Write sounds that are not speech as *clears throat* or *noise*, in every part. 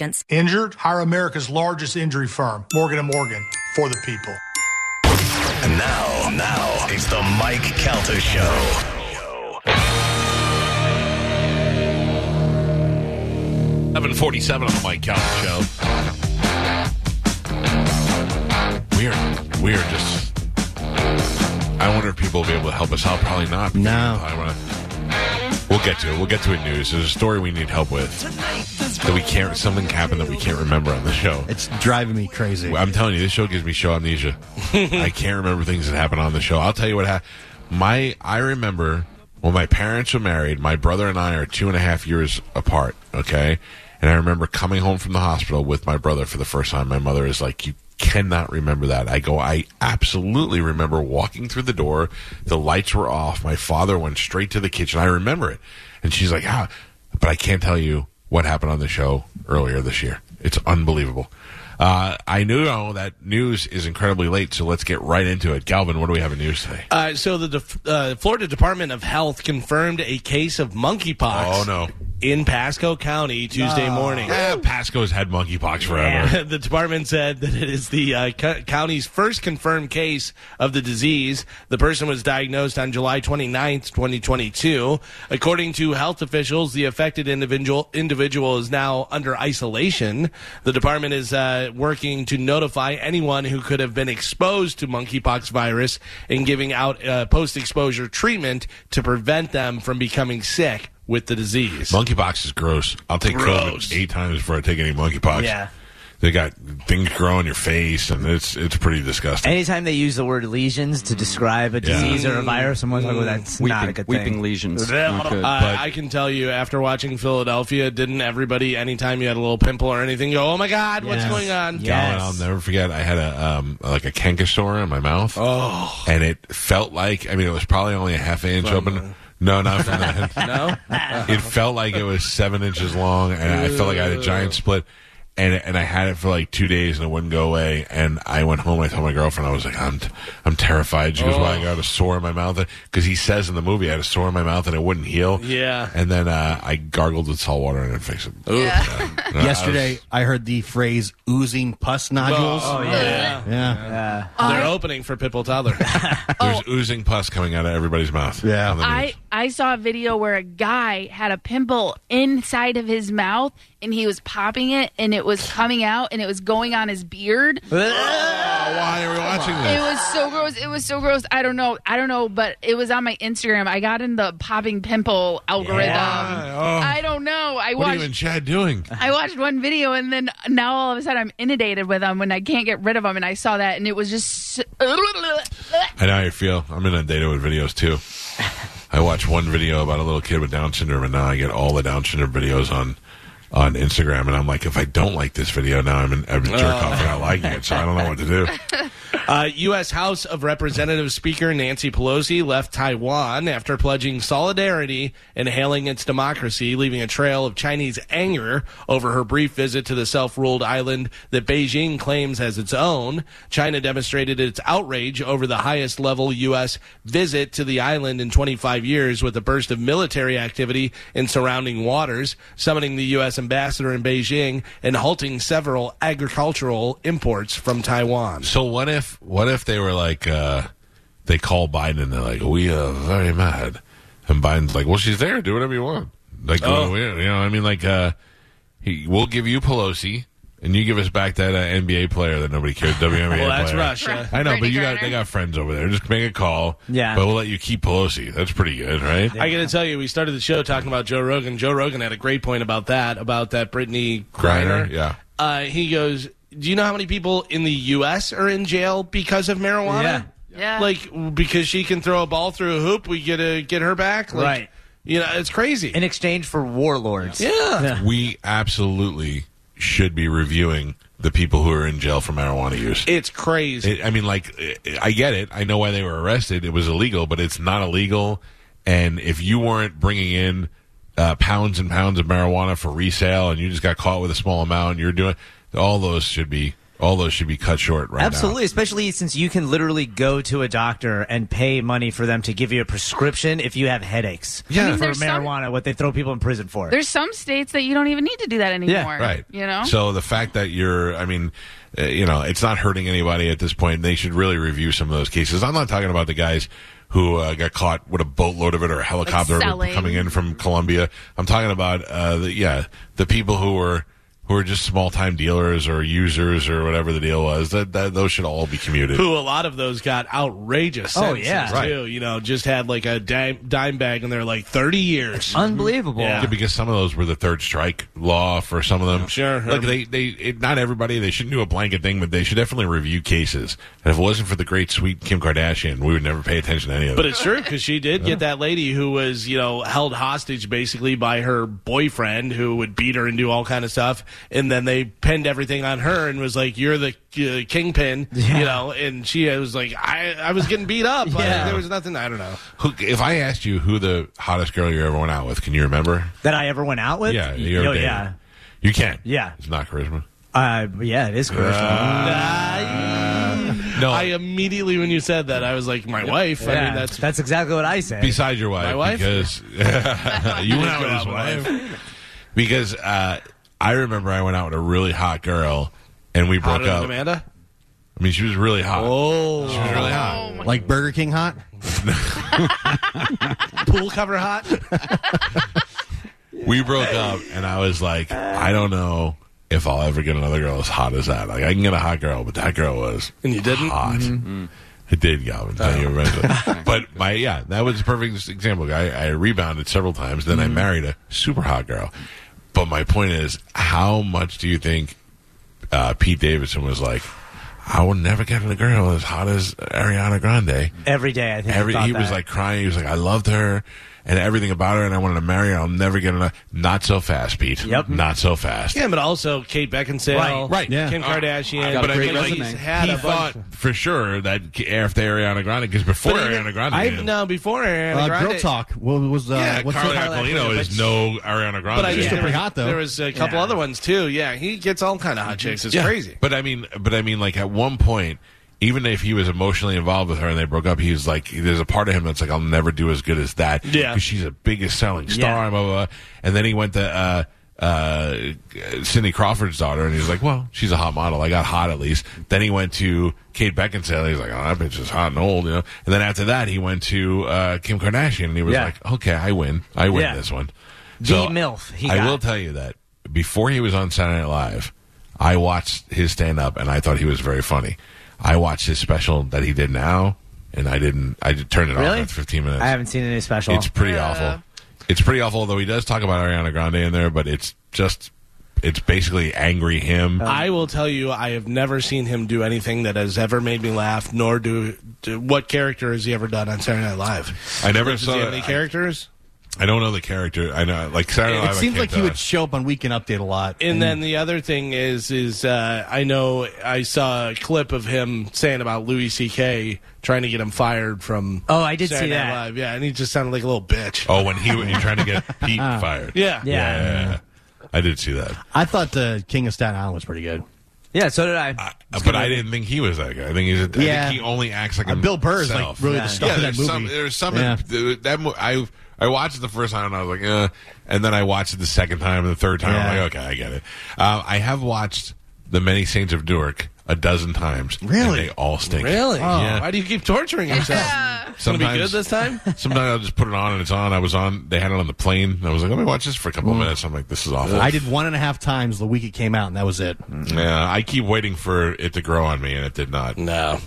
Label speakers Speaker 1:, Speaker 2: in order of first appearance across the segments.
Speaker 1: agents.
Speaker 2: Injured? Hire America's largest injury firm, Morgan & Morgan, for the people.
Speaker 3: And now, now, it's the Mike Calta Show.
Speaker 4: 747 on the Mike Calvin Show. We are, we are just. I wonder if people will be able to help us out. Probably not.
Speaker 5: No.
Speaker 4: I wanna, we'll get to it. We'll get to it news. There's a story we need help with. That we can't. Something happened that we can't remember on the show.
Speaker 5: It's driving me crazy.
Speaker 4: Well, I'm telling you, this show gives me show amnesia. I can't remember things that happened on the show. I'll tell you what happened. My, I remember when my parents were married. My brother and I are two and a half years apart. Okay, and I remember coming home from the hospital with my brother for the first time. My mother is like, "You cannot remember that." I go, "I absolutely remember walking through the door. The lights were off. My father went straight to the kitchen. I remember it." And she's like, "Ah," but I can't tell you what happened on the show earlier this year. It's unbelievable. Uh, I knew oh, that news is incredibly late, so let's get right into it. Galvin, what do we have in news today?
Speaker 6: Uh, so the def- uh, Florida Department of Health confirmed a case of monkeypox.
Speaker 4: Oh, no.
Speaker 6: In Pasco County Tuesday morning.
Speaker 4: Eh, Pasco's had monkeypox forever.
Speaker 6: *laughs* the department said that it is the uh, co- county's first confirmed case of the disease. The person was diagnosed on July 29th, 2022. According to health officials, the affected individual individual is now under isolation. The department is uh, working to notify anyone who could have been exposed to monkeypox virus and giving out uh, post-exposure treatment to prevent them from becoming sick with the disease.
Speaker 4: Monkeypox is gross. I'll take
Speaker 6: Gross.
Speaker 4: COVID eight times before I take any monkeypox.
Speaker 7: Yeah.
Speaker 4: They got things grow on your face, and it's it's pretty disgusting.
Speaker 7: Anytime they use the word lesions to describe a
Speaker 4: Mm. Yeah. Mm.
Speaker 7: disease or a virus, someone's like, well, that's
Speaker 8: weeping,
Speaker 7: not a good
Speaker 8: weeping
Speaker 7: thing.
Speaker 8: lesions. Not good.
Speaker 6: Uh, I can tell you, after watching Philadelphia, didn't everybody, anytime you had a little pimple or anything, go, "Oh my God, what's
Speaker 7: Yes.
Speaker 6: going on?"
Speaker 4: Galvin,
Speaker 7: Yeah. Yes.
Speaker 4: I'll never forget. I had a um, like a canker sore in my mouth, oh, and it felt like I mean it was probably only a half inch open. No, not from that.
Speaker 6: No,
Speaker 4: it felt like it was seven inches long, and I felt like I had a giant split. And, and I had it for like two days and it wouldn't go away. And I went home and I told my girlfriend, I was like, I'm, I'm terrified. She goes, Why? I got a sore in my mouth. Because he says in the movie, I had a sore in my mouth and it wouldn't heal.
Speaker 6: Yeah.
Speaker 4: And then uh, I gargled with salt water and it fixed it. Yeah. No, I
Speaker 5: Yesterday,
Speaker 4: was-
Speaker 5: I heard the phrase "oozing pus nodules."
Speaker 6: Oh, yeah.
Speaker 5: yeah,
Speaker 6: They're opening for Pipple Toddler.
Speaker 4: there's oozing pus coming out of everybody's mouth.
Speaker 5: Yeah.
Speaker 4: on the
Speaker 9: Oh. I,
Speaker 4: news.
Speaker 9: I saw a video where a guy had a pimple inside of his mouth and he was popping it and it was coming out and it was going on his
Speaker 4: *sighs*
Speaker 9: beard.
Speaker 4: Oh, why are we watching
Speaker 9: It
Speaker 4: this?
Speaker 9: was so gross. It was so gross. I don't know. I don't know, but it was on my Instagram. I got in the popping pimple algorithm.
Speaker 4: Why?
Speaker 9: um, I don't know. I
Speaker 4: Oh, what are you
Speaker 9: watched
Speaker 4: and Chad doing?
Speaker 9: I watched one video and then now all of a sudden I'm inundated with them and I can't get rid of them and I saw that and it was just so-
Speaker 4: I know how you feel. I'm inundated with videos
Speaker 9: *laughs*
Speaker 4: too. I watch one video about a little kid with Down syndrome, and now I get all the Down syndrome videos on on Instagram, and I'm like, if I don't like this video now, I'm, an, I'm a jerk off for not liking it, so I don't know what to do.
Speaker 9: *laughs*
Speaker 6: Uh, U.S. House of Representatives Speaker Nancy Pelosi left Taiwan after pledging solidarity and hailing its democracy, leaving a trail of Chinese anger over her brief visit to the self ruled island that Beijing claims as its own. China demonstrated its outrage over the highest level U.S. visit to the island in 25 years with a burst of military activity in surrounding waters, summoning the U.S. ambassador in Beijing and halting several agricultural imports from Taiwan.
Speaker 4: So what if what if they were like uh, they call Biden and they're like, we are very mad, and Biden's like, well, she's there, do whatever you want. Like,
Speaker 6: Oh.
Speaker 4: we- you know, what I mean, like, uh, he, we'll give you Pelosi. And you give us back that uh, NBA player that nobody cares. WNBA
Speaker 6: *laughs* Well, that's
Speaker 4: player.
Speaker 6: Russia.
Speaker 4: I know, but
Speaker 9: Brittany
Speaker 4: you got
Speaker 9: Griner.
Speaker 4: they got friends over there. Just make a call.
Speaker 7: Yeah.
Speaker 4: But we'll let you keep Pelosi. That's pretty good, right?
Speaker 6: I got to tell you, we started the show talking about Joe Rogan. Joe Rogan had a great point about that, about that Brittany
Speaker 4: Griner,
Speaker 6: Griner.
Speaker 4: yeah.
Speaker 6: Uh, he goes, Do you know how many people in the U.S. are in jail because of marijuana?
Speaker 7: Yeah.
Speaker 9: Yeah.
Speaker 6: Like, because she can throw a ball through a hoop, we get to get her back? Like,
Speaker 7: Right.
Speaker 6: You know, it's crazy.
Speaker 7: *laughs* In exchange for warlords.
Speaker 6: yeah.
Speaker 4: We absolutely should be reviewing the people who are in jail for marijuana use.
Speaker 6: It's crazy.
Speaker 4: It, I mean, like, i I get it. I know why they were arrested. It was illegal, but it's not illegal. And if you weren't bringing in uh, pounds and pounds of marijuana for resale, and you just got caught with a small amount, you're doing all those should be All those should be cut short right now.
Speaker 7: Absolutely, especially since you can literally go to a doctor and pay money for them to give you a prescription if you have headaches.
Speaker 4: Yeah. I mean,
Speaker 7: for
Speaker 9: there's some-
Speaker 7: marijuana, what they throw people in prison for.
Speaker 9: *laughs* There's some states that you don't even need to do that anymore.
Speaker 4: Right.
Speaker 9: You know?
Speaker 4: So the fact that you're, I mean, uh, you know, it's not hurting anybody at this point. They should really review some of those cases. I'm not talking about the guys who uh, got caught with a boatload of it or a helicopter of it
Speaker 9: selling.
Speaker 4: coming in from Colombia. I'm talking about, uh, the, yeah, the people who were. Who are just small time dealers or users or whatever the deal was? That, that those should all be commuted.
Speaker 6: Who a lot of those got outrageous.
Speaker 7: Oh,
Speaker 6: sentences,
Speaker 7: yeah.
Speaker 4: Right.
Speaker 6: too. You know, just had like a dime, dime bag, and they're like thirty years.
Speaker 7: Unbelievable.
Speaker 6: Yeah.
Speaker 4: Yeah, because some of those were the third strike law for some of them.
Speaker 6: Sure.
Speaker 4: Look, they, they it, not everybody. They shouldn't do a blanket thing, but they should definitely review cases. And if it wasn't for the great sweet Kim Kardashian, we would never pay attention to any of
Speaker 6: But
Speaker 4: it.
Speaker 6: it's true because she did get that lady who was, you know, held hostage basically by her boyfriend who would beat her and do all kind of stuff, and then they pinned everything on her and was like, "You're the uh, kingpin," you know, and she was like, "I I was getting beat up. I-
Speaker 7: Yeah.
Speaker 6: there was nothing. I don't know.
Speaker 4: Who, if I asked you who the hottest girl you ever went out with, can you remember?
Speaker 7: That I ever went out with?
Speaker 4: Yeah,
Speaker 7: Y-
Speaker 4: you ever
Speaker 7: oh,
Speaker 4: dated.
Speaker 7: yeah.
Speaker 4: You can.
Speaker 7: Yeah.
Speaker 4: it's not charisma.
Speaker 7: Uh, yeah, it is commercial.
Speaker 4: Uh, No,
Speaker 6: Um, I immediately when you said that, I was like, "My wife." I mean,
Speaker 7: yeah,
Speaker 6: that's
Speaker 7: that's, exactly what I said.
Speaker 4: besides your wife,
Speaker 6: My wife? *laughs*
Speaker 4: because *laughs* you went out with his wife. Because uh, I remember I went out with a really hot girl, and we broke
Speaker 6: hotter than
Speaker 4: up.
Speaker 6: Amanda.
Speaker 4: I mean, she was really hot.
Speaker 6: Oh,
Speaker 4: She was really hot.
Speaker 5: Oh, Like Burger King hot?
Speaker 6: pool cover hot.
Speaker 4: we broke up and i was like i don't know if i'll ever get another girl as hot as that like i can get a hot girl but that girl was
Speaker 6: And you didn't?
Speaker 4: hot it did Galvin. Thank you very much. *laughs* but my yeah that was a perfect example i, I rebounded several times then i married a super hot girl but my point is how much do you think uh, pete davidson was like I will never get a girl as hot as Ariana Grande.
Speaker 7: Every day, I think. I
Speaker 4: Every
Speaker 7: thought
Speaker 4: he was
Speaker 7: that.
Speaker 4: like crying. He was like, "I loved her and everything about her, and I wanted to marry her. I'll never get enough." Not so fast, Pete.
Speaker 7: Yep.
Speaker 4: Not so fast.
Speaker 6: Yeah, but also Kate Beckinsale,
Speaker 4: Right, right.
Speaker 5: Yeah.
Speaker 6: Kim Kardashian.
Speaker 4: But I
Speaker 1: great
Speaker 4: mean, like,
Speaker 1: resume.
Speaker 6: had
Speaker 4: he
Speaker 6: a bunch
Speaker 4: thought for sure that after Ariana Grande, because before
Speaker 6: But even-
Speaker 4: Ariana Grande,
Speaker 6: I
Speaker 4: did.
Speaker 6: no before Ariana
Speaker 5: Uh,
Speaker 6: Grande.
Speaker 5: girl talk. What was uh,
Speaker 4: yeah,
Speaker 5: what's
Speaker 4: Carly
Speaker 5: that?
Speaker 4: Aquilino is no Ariana Grande.
Speaker 6: But I
Speaker 5: She's
Speaker 6: yeah,
Speaker 5: still pretty hot, though.
Speaker 6: There was a couple
Speaker 7: Yeah.
Speaker 6: other ones too. Yeah, he gets all kind of hot chicks. It's
Speaker 4: Yeah.
Speaker 6: crazy.
Speaker 4: But I mean, but I mean, like at one point, even if he was emotionally involved with her and they broke up, he was like, there's a part of him that's like, I'll never do as good as that.
Speaker 6: Yeah.
Speaker 4: 'Cause she's the biggest selling star.
Speaker 7: Yeah.
Speaker 4: Blah, blah blah. And then he went to. uh uh Cindy Crawford's daughter, and he was like, "Well, she's a hot model. I got hot at least." Then he went to Kate Beckinsale. He's like, "Oh, that bitch is hot and old," you know. And then after that, he went to uh Kim Kardashian, and he was
Speaker 7: Yeah.
Speaker 4: like, "Okay, I win. I win
Speaker 7: Yeah.
Speaker 4: this one."
Speaker 7: The MILF he
Speaker 4: I
Speaker 7: got.
Speaker 4: will tell you that before he was on Saturday Night Live, I watched his stand up and I thought he was very funny. I watched his special that he did now, and I didn't. I just turned it off
Speaker 7: Really?
Speaker 4: after 15 minutes.
Speaker 7: I haven't seen any special.
Speaker 4: it's pretty awful. It's pretty awful, although he does talk about Ariana Grande in there, but it's just it's basically angry him.
Speaker 5: Uh,
Speaker 6: I will tell you, I have never seen him do anything that has ever made me laugh. Nor do, do what character has he ever done on Saturday Night Live?
Speaker 4: I never
Speaker 6: Does
Speaker 4: saw
Speaker 6: he have
Speaker 4: it.
Speaker 6: any
Speaker 4: I-
Speaker 6: characters.
Speaker 4: I don't know the character. I know like Saturday Night
Speaker 5: It
Speaker 4: Live. I
Speaker 5: seems
Speaker 4: can't
Speaker 5: like he
Speaker 4: tell.
Speaker 5: would show up on Weekend Update a lot.
Speaker 6: And then the other thing is, is uh, I know I saw a clip of him saying about Louis C.K. trying to get him fired from.
Speaker 7: Oh, I did see
Speaker 6: Saturday Night
Speaker 7: that.
Speaker 6: Live. Yeah, and he just sounded like a little bitch.
Speaker 4: Oh, when he when you're trying
Speaker 5: *laughs*
Speaker 4: to get
Speaker 5: Uh,
Speaker 4: Pete fired.
Speaker 6: Yeah.
Speaker 7: Yeah.
Speaker 4: Yeah, yeah, yeah. I did see that.
Speaker 5: I thought the King of Staten Island was pretty good.
Speaker 7: yeah, so did I.
Speaker 4: I- but I didn't think he was that guy. I think he's. A, I
Speaker 5: Yeah.
Speaker 4: think he only acts like
Speaker 5: Uh,
Speaker 4: a
Speaker 5: Bill Burr is
Speaker 4: self.
Speaker 5: like really
Speaker 7: Yeah.
Speaker 5: the star
Speaker 4: yeah,
Speaker 5: of
Speaker 4: there's
Speaker 5: that movie.
Speaker 4: some. There's some.
Speaker 5: Yeah.
Speaker 4: That mo- I I watched it the first time and I was like, uh, and then I watched it the second time and the third time. I'm
Speaker 5: Yeah.
Speaker 4: like, okay, I get it. Uh, I have watched The Many Saints of Newark a dozen times. and
Speaker 5: Really? Oh,
Speaker 4: they all stink.
Speaker 6: Really?
Speaker 4: Yeah.
Speaker 6: Oh, Why do you keep torturing yourself? It's gonna be good this time.
Speaker 5: *laughs*
Speaker 4: Sometimes I'll just put it on and it's on. I was on. They had it on the plane. I was like, let me watch this for a couple of minutes. I'm like, this is awful.
Speaker 5: I did one and a half times the week it came out, and that was it.
Speaker 4: Yeah, I keep waiting for it to grow on me, and it did not.
Speaker 6: *laughs* No.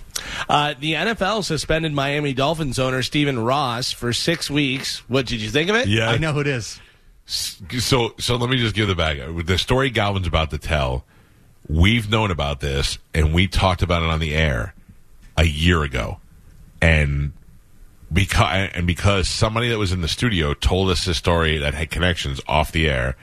Speaker 6: Uh, the NFL suspended Miami Dolphins owner Stephen Ross for six weeks. What did you think of it?
Speaker 4: Yeah,
Speaker 5: I know who it is.
Speaker 4: so so let me just give the back the story galvin's about to tell we've known about this and we talked about it on the air a year ago and because and because somebody that was in the studio told us this story that had connections off the air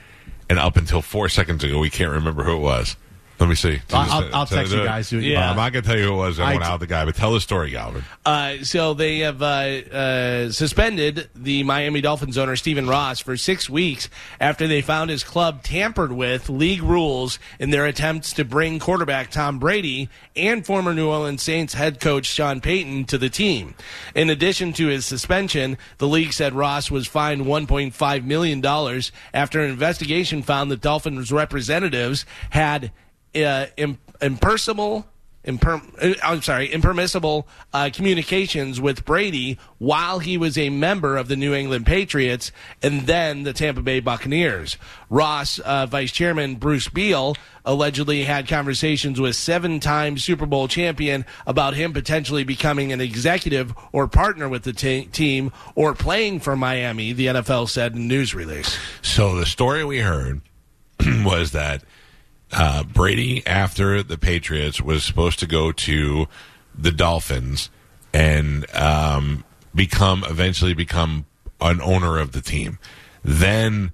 Speaker 4: and up until four seconds ago we can't remember who it was Let me see.
Speaker 5: I'll- I'll- I'll text you guys who-
Speaker 6: Yeah.
Speaker 4: I'm not going to tell you who it was. I,
Speaker 5: I
Speaker 4: went
Speaker 5: t-
Speaker 4: out with the guy, but tell the story, Galvin.
Speaker 6: Uh, so they have uh, uh, suspended the Miami Dolphins owner Stephen Ross for six weeks after they found his club tampered with league rules in their attempts to bring quarterback Tom Brady and former New Orleans Saints head coach Sean Payton to the team. In addition to his suspension, the league said Ross was fined 1.5 million dollars after an investigation found the Dolphins representatives had uh, imp- impersonal imper- uh, I'm sorry, impermissible uh, communications with Brady while he was a member of the New England Patriots and then the Tampa Bay Buccaneers. Ross, uh, Vice Chairman Bruce Beal, allegedly had conversations with seven time Super Bowl champion about him potentially becoming an executive or partner with the te- team or playing for Miami, the NFL said in a news release.
Speaker 4: So the story we heard *clears throat* was that uh, Brady, after the Patriots, was supposed to go to the Dolphins and um, become eventually become an owner of the team. Then,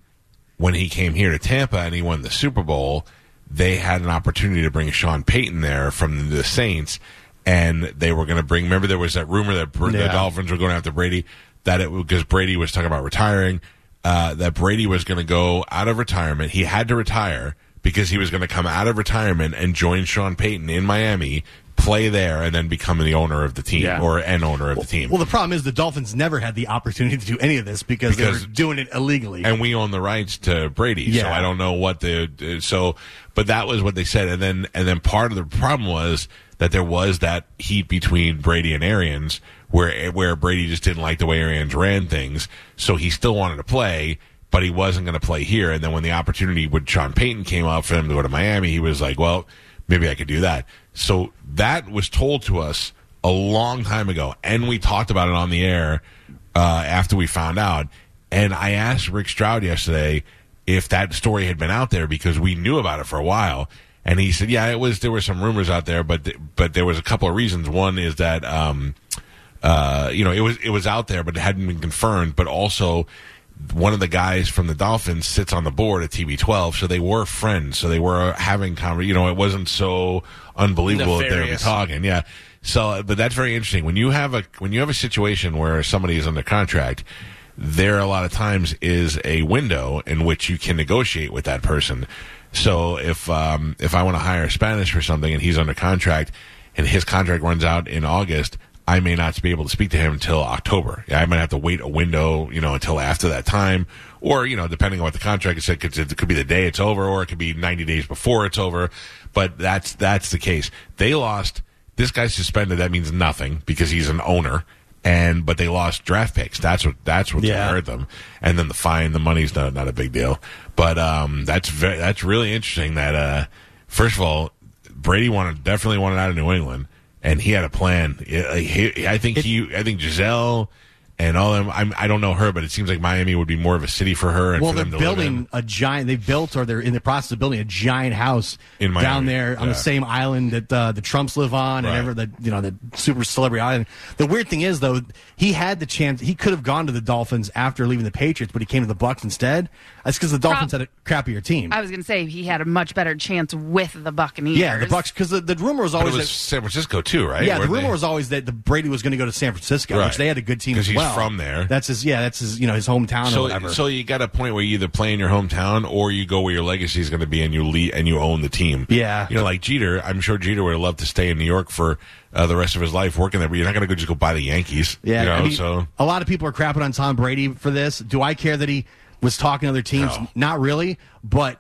Speaker 4: when he came here to Tampa and he won the Super Bowl, they had an opportunity to bring Sean Payton there from the Saints, and they were going to bring. Remember, there was that rumor that Br- the
Speaker 5: Yeah.
Speaker 4: Dolphins were going after Brady. That it because Brady was talking about retiring. Uh, that Brady was going to go out of retirement. He had to retire because he was going to come out of retirement and join Sean Payton in Miami, play there, and then become the owner of the team or an owner of the team.
Speaker 5: Well, the problem is the Dolphins never had the opportunity to do any of this because,
Speaker 4: Because-
Speaker 5: they were doing it illegally.
Speaker 4: and we own the rights to Brady. So
Speaker 5: Yeah.
Speaker 4: I don't know what the uh, so, but that was what they said, and then and then part of the problem was that there was that heat between Brady and Arians, where where Brady just didn't like the way Arians ran things, so he still wanted to play. But he wasn't going to play here, and then when the opportunity with Sean Payton came up for him to go to Miami, he was like, "Well, maybe I could do that." So that was told to us a long time ago, and we talked about it on the air uh, after we found out. And I asked Rick Stroud yesterday if that story had been out there because we knew about it for a while, and he said, "Yeah, it was. There were some rumors out there, but th- but there was a couple of reasons. One is that um, uh, you know it was it was out there, but it hadn't been confirmed. But also." One of the guys from the Dolphins sits on the board at TB12, so they were friends. So they were having conver You know, it wasn't so unbelievable that they were
Speaker 6: Nefarious.
Speaker 4: talking. Yeah. So, but that's very interesting. When you have a when you have a situation where somebody is under contract, there a lot of times is a window in which you can negotiate with that person. So if um, if I want to hire Spanish for something and he's under contract and his contract runs out in August, I may not be able to speak to him until October. I might have to wait a window, you know, until after that time, or you know, depending on what the contract is, it could, it could be the day it's over, or it could be ninety days before it's over. But that's that's the case. They lost this guy's suspended. That means nothing because he's an owner. And but they lost draft picks. That's what that's what
Speaker 5: Yeah.
Speaker 4: hurt them. And then the fine, the money's not not a big deal. But um, that's very, that's really interesting. That uh, first of all, Brady wanted definitely wanted out of New England, and he had a plan. Yeah, like, he- I think he, I think Giselle and all them. I'm, I don't know her, but it seems like Miami would be more of a city for her. And
Speaker 5: well,
Speaker 4: for
Speaker 5: they're
Speaker 4: them to live in.
Speaker 5: building a giant. They built or they're in the process of building a giant house
Speaker 4: In Miami,
Speaker 5: down there on
Speaker 4: yeah.
Speaker 5: the same island that uh, the Trumps live on,
Speaker 4: Right.
Speaker 5: and ever the you know the super celebrity island. The weird thing is though, he had the chance. He could have gone to the Dolphins after leaving the Patriots, but he came to the Bucks instead. That's because the Dolphins had a crappier team.
Speaker 9: I was going to say he had a much better chance with the Buccaneers.
Speaker 5: yeah, the Bucks because the, the rumor was
Speaker 4: But
Speaker 5: always
Speaker 4: it was
Speaker 5: that-
Speaker 4: San Francisco too, right?
Speaker 5: Yeah, the
Speaker 4: Weren't
Speaker 5: rumor
Speaker 4: they-
Speaker 5: was always that the Brady was going to go to San Francisco,
Speaker 4: Right.
Speaker 5: which they had a good team
Speaker 4: 'Cause
Speaker 5: as
Speaker 4: he's
Speaker 5: well.
Speaker 4: from there.
Speaker 5: That's his. Yeah, that's his. You know, his hometown or
Speaker 4: So,
Speaker 5: whatever.
Speaker 4: so you got a point where you either play in your hometown or you go where your legacy is going to be and you lead and you own the team.
Speaker 5: Yeah.
Speaker 4: you know, like Jeter. I'm sure Jeter would have loved to stay in New York for uh, the rest of his life working there. But you're not going to go just go buy the Yankees.
Speaker 5: yeah,
Speaker 4: you know,
Speaker 5: I mean,
Speaker 4: so
Speaker 5: a lot of people are crapping on Tom Brady for this. Do I care that he was talking to other teams?
Speaker 4: No.
Speaker 5: Not really, but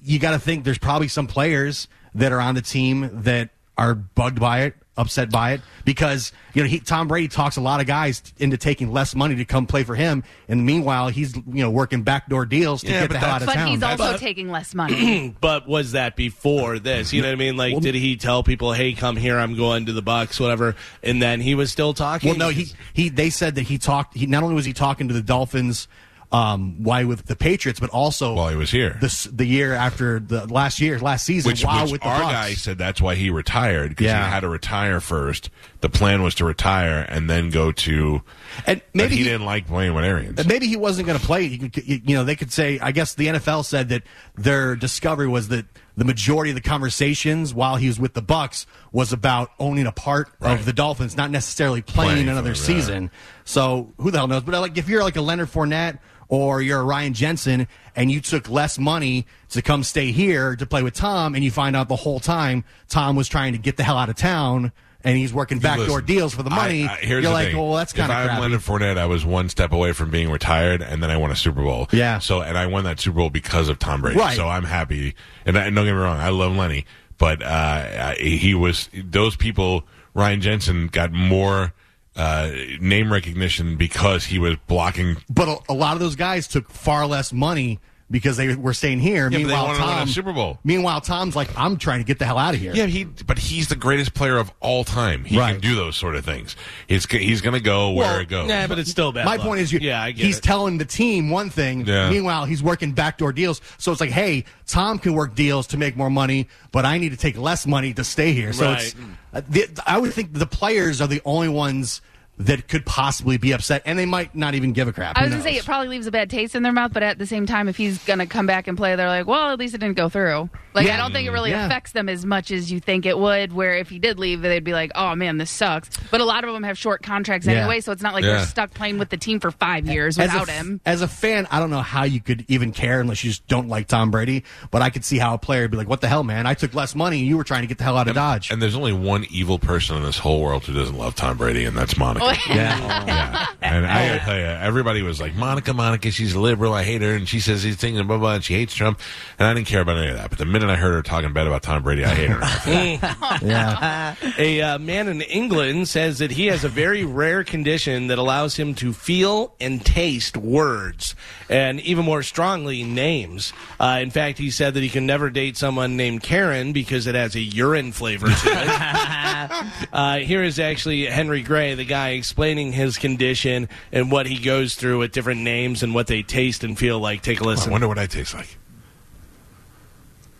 Speaker 5: you got to think there's probably some players that are on the team that are bugged by it, upset by it, because you know he, Tom Brady talks a lot of guys into taking less money to come play for him, and meanwhile he's you know working backdoor deals to
Speaker 4: Yeah,
Speaker 5: get
Speaker 4: but
Speaker 5: the hell out of
Speaker 9: But
Speaker 5: town.
Speaker 9: he's also
Speaker 6: But-
Speaker 9: taking
Speaker 5: *clears throat*
Speaker 9: less money.
Speaker 6: But was that before this? You know what I mean? Like, did he tell people, "Hey, come here, I'm going to the Bucks," whatever, and then he was still talking?
Speaker 5: Well, no, he he. They said that he talked. He not only was he talking to the Dolphins, um, why with the Patriots, but also
Speaker 4: while he was here,
Speaker 5: this the year after the last year, last season,
Speaker 4: which,
Speaker 5: wow,
Speaker 4: which
Speaker 5: with the
Speaker 4: our
Speaker 5: Bucks.
Speaker 4: guy said that's why he retired because
Speaker 5: Yeah.
Speaker 4: he had to retire first. The plan was to retire and then go to.
Speaker 5: and
Speaker 4: but
Speaker 5: maybe
Speaker 4: he,
Speaker 5: he,
Speaker 4: didn't like playing with Arians.
Speaker 5: maybe he wasn't going to play. You, could- you know, they could say. I guess the NFL said that their discovery was that the majority of the conversations while he was with the Bucks was about owning a part
Speaker 4: Right.
Speaker 5: of the Dolphins, not necessarily playing,
Speaker 4: Playing for
Speaker 5: another
Speaker 4: it, right.
Speaker 5: season. So who the hell knows? But uh, like, if you're like a Leonard Fournette or you're a Ryan Jensen, and you took less money to come stay here to play with Tom, and you find out the whole time Tom was trying to get the hell out of town, and he's working backdoor
Speaker 4: Listen,
Speaker 5: deals for the money.
Speaker 4: I- I- here's
Speaker 5: you're
Speaker 4: the
Speaker 5: like,
Speaker 4: thing.
Speaker 5: well, that's kind of
Speaker 4: If
Speaker 5: crappy.
Speaker 4: I'm Leonard Fournette, I was one step away from being retired, and then I won a Super Bowl.
Speaker 5: Yeah.
Speaker 4: So, and I won that Super Bowl because of Tom Brady.
Speaker 5: Right.
Speaker 4: So I'm happy. And, I, and don't get me wrong, I love Lenny, but uh, I- he was those people. Ryan Jensen got more uh, name recognition because he was blocking.
Speaker 5: but a, a lot of those guys took far less money because they were staying here.
Speaker 4: but they
Speaker 5: meanwhile,
Speaker 4: wanted to win a
Speaker 5: Tom
Speaker 4: Super Bowl.
Speaker 5: Meanwhile, Tom's like, I'm trying to get the hell out of here.
Speaker 4: Yeah, he. But he's the greatest player of all time. He
Speaker 5: Right.
Speaker 4: can do those sort of things. He's he's going to go where it goes.
Speaker 6: Nah, but it's still bad.
Speaker 5: My
Speaker 6: luck.
Speaker 5: point is, you,
Speaker 6: yeah, I get
Speaker 5: he's
Speaker 6: it.
Speaker 5: telling the team one thing.
Speaker 4: Yeah.
Speaker 5: Meanwhile, he's working backdoor deals. So it's like, hey, Tom can work deals to make more money, but I need to take less money to stay here. So
Speaker 6: Right.
Speaker 5: it's, uh, the, I would think the players are the only ones that could possibly be upset, and they might not even give a crap.
Speaker 9: I
Speaker 5: Who
Speaker 9: was gonna say
Speaker 5: knows?
Speaker 9: it probably leaves a bad taste in their mouth, but at the same time, if he's gonna come back and play, they're like, well, at least it didn't go through. Like I don't think it really
Speaker 5: Yeah.
Speaker 9: affects them as much as you think it would. Where if he did leave, they'd be like, oh man, this sucks. But a lot of them have short contracts
Speaker 5: Yeah.
Speaker 9: anyway, so it's not like
Speaker 4: Yeah.
Speaker 9: they're stuck playing with the team for five years
Speaker 5: As
Speaker 9: without
Speaker 5: a, f-
Speaker 9: him.
Speaker 5: As a fan, I don't know how you could even care unless you just don't like Tom Brady. But I could see how a player would be like, "What the hell, man? I took less money. and You were trying to get the hell out of Dodge."
Speaker 4: And there's only one evil person in this whole world who doesn't love Tom Brady, and that's
Speaker 9: *laughs*
Speaker 5: *laughs*
Speaker 4: Monica.
Speaker 9: Oh,
Speaker 5: yeah,
Speaker 4: Yeah. And I gotta tell you, everybody was like, Monica, Monica, she's a liberal. I hate her. And she says these things and blah, blah, and she hates Trump. And I didn't care about any of that. But the minute I heard her talking bad about Tom Brady, I hate her.
Speaker 5: yeah.
Speaker 6: A uh, man in England says that he has a very rare condition that allows him to feel and taste words, and even more strongly, names. Uh, in fact, he said that he can never date someone named Karen because it has a urine flavor to it. uh, here is actually Henry Gray, the guy explaining his condition and what he goes through with different names and what they taste and feel like. Take a
Speaker 4: I
Speaker 6: listen.
Speaker 4: wonder what I taste like.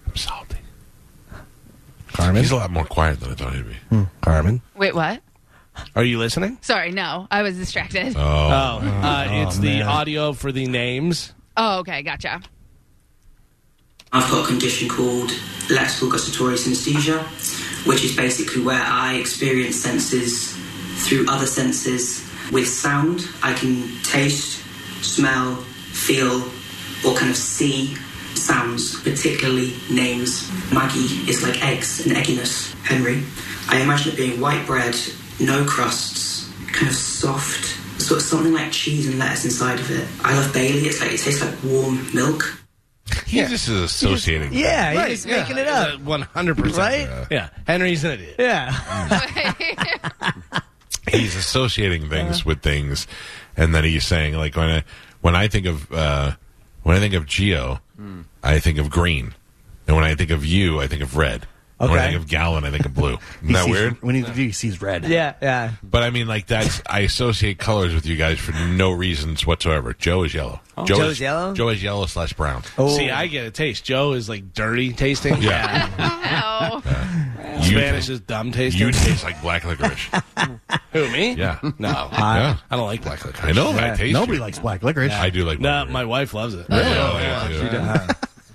Speaker 4: I'm salty. Carmen? He's a lot more quiet than I thought he'd be.
Speaker 6: Carmen,
Speaker 9: Wait, what?
Speaker 6: are you listening?
Speaker 9: Sorry, no, I was distracted.
Speaker 6: Oh, uh, it's the audio for the names.
Speaker 9: oh, okay, gotcha.
Speaker 1: I've got a condition called lexical gustatory synesthesia, which is basically where I experience senses through other senses. With sound, I can taste, smell, feel, or kind of see sounds, particularly names. Maggie is like eggs and egginess. Henry, I imagine it being white bread, no crusts, kind of soft, sort of something like cheese and lettuce inside of it. I love Bailey, it's like it tastes like warm milk.
Speaker 4: He just is associating.
Speaker 7: Yeah, he's making it up.
Speaker 6: Uh, One hundred percent.
Speaker 7: Right?
Speaker 6: Yeah. Henry's an idiot.
Speaker 7: Yeah.
Speaker 4: he's associating things with things, and then he's saying like when I when I think of uh, when I think of Geo, I think of green, and when I think of you, I think of red. And When I
Speaker 7: Okay.
Speaker 4: think of Gallon, I think of blue. Isn't
Speaker 5: He
Speaker 4: that
Speaker 5: sees- *laughs*
Speaker 4: weird?
Speaker 5: When he, he sees red,
Speaker 7: Yeah, yeah.
Speaker 4: But I mean, like that's I associate colors with you guys for no reasons whatsoever. Joe is yellow. Joe
Speaker 7: Joe's
Speaker 4: is,
Speaker 7: yellow?
Speaker 4: Joe is yellow slash brown.
Speaker 6: See, I get a taste. Joe is like dirty tasting.
Speaker 4: Yeah.
Speaker 9: *laughs* Oh,
Speaker 4: *laughs* you
Speaker 6: Spanish
Speaker 4: taste,
Speaker 6: is dumb tasting.
Speaker 4: you taste like black licorice.
Speaker 6: Who me?
Speaker 4: Yeah.
Speaker 6: No.
Speaker 4: yeah.
Speaker 6: I don't like black liquor.
Speaker 4: I know. I taste.
Speaker 5: nobody
Speaker 4: you.
Speaker 5: likes black licorice.
Speaker 4: I do like.
Speaker 6: No,
Speaker 4: black
Speaker 6: my
Speaker 4: licorice.
Speaker 6: wife loves it.
Speaker 4: Yeah, I like it too.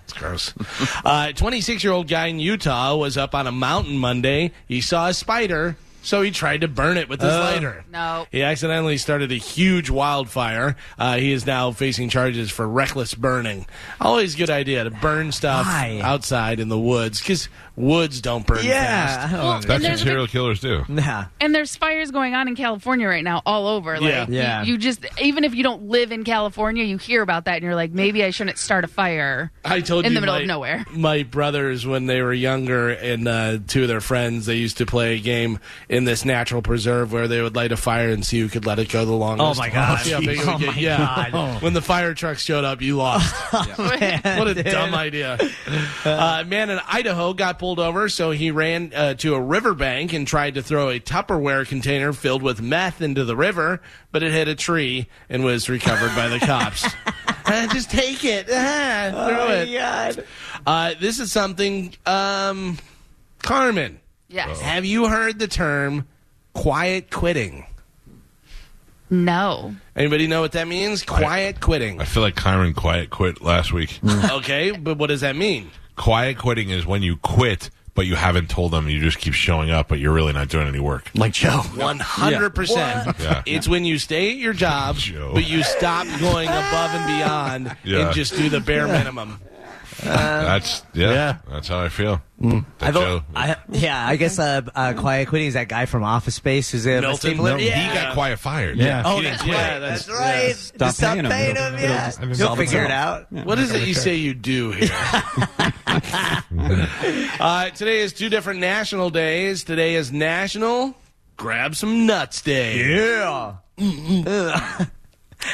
Speaker 6: It's gross. *laughs* Uh, 26-year-old guy in Utah was up on a mountain Monday. He saw a spider, so he tried to burn it with his lighter.
Speaker 9: no.
Speaker 6: He accidentally started a huge wildfire. Uh, he is now facing charges for reckless burning. Always good idea to burn stuff
Speaker 7: Why?
Speaker 6: outside in the woods because woods don't burn
Speaker 7: Yeah. Oh, I
Speaker 6: fast.
Speaker 7: don't
Speaker 9: Well,
Speaker 4: That's
Speaker 9: and
Speaker 4: what
Speaker 9: there's a big
Speaker 4: serial killers do.
Speaker 7: Nah.
Speaker 9: And there's fires going on in California right now, all over. Like,
Speaker 6: Yeah.
Speaker 9: you-
Speaker 7: Yeah.
Speaker 9: You, just even if you don't live in California, you hear about that, and you're like, maybe I shouldn't start a fire.
Speaker 6: I told
Speaker 9: in
Speaker 6: you
Speaker 9: the middle
Speaker 6: my, Oh.
Speaker 9: of nowhere.
Speaker 6: My brothers, when they were younger, and uh, two of their friends, they used to play a game in this natural preserve where they would light a fire and see who could let it go the longest.
Speaker 7: Oh, my
Speaker 6: *laughs*
Speaker 7: gosh.
Speaker 6: See how big it
Speaker 7: Oh,
Speaker 6: would get.
Speaker 7: my
Speaker 6: yeah.
Speaker 7: God.
Speaker 6: *laughs* When the fire truck showed up, you
Speaker 7: *laughs*
Speaker 6: lost. what a dumb idea. Uh, a man in Idaho got pulled over, so he ran uh, to a riverbank and tried to throw a Tupperware container filled with meth into the river, but it hit a tree and was recovered by the cops.
Speaker 7: *laughs*
Speaker 6: Uh, just take it. *laughs* Ah, throw it.
Speaker 7: God.
Speaker 6: Uh, this is something, um, Carmen.
Speaker 9: Yes.
Speaker 6: Have you heard the term quiet quitting?
Speaker 9: No.
Speaker 6: Anybody know what that means? Quiet quitting.
Speaker 4: I feel like Kyron quiet quit last week.
Speaker 6: Mm. okay, but what does that mean?
Speaker 4: Quiet quitting is when you quit, but you haven't told them. You just keep showing up, but you're really not doing any work.
Speaker 5: Like Joe.
Speaker 6: One hundred percent.
Speaker 4: Yeah.
Speaker 6: It's when you stay at your job,
Speaker 4: Joe.
Speaker 6: but you stop going above and beyond
Speaker 4: Yeah.
Speaker 6: and just do the bare minimum.
Speaker 4: that's yeah,
Speaker 5: yeah.
Speaker 4: That's how I feel. That
Speaker 7: I've
Speaker 4: Joe,
Speaker 7: al- I, yeah, I guess uh, uh, quiet quitting is that guy from Office Space who's uh, in
Speaker 6: Milton.
Speaker 7: Steve Lin-
Speaker 6: Milton.
Speaker 7: Yeah.
Speaker 4: he got quiet fired.
Speaker 5: Yeah.
Speaker 7: Oh,
Speaker 6: He
Speaker 7: that's
Speaker 6: didn't
Speaker 7: right.
Speaker 6: quit.
Speaker 7: that's
Speaker 6: That's-
Speaker 7: right.
Speaker 6: yeah.
Speaker 7: Stop, paying, him. Yeah. He'll
Speaker 8: solve
Speaker 7: figure it
Speaker 8: itself.
Speaker 7: out.
Speaker 6: What is it you say you do here?
Speaker 4: *laughs*
Speaker 6: uh, today is two different national days. Today is National Grab Some Nuts Day.
Speaker 7: Yeah.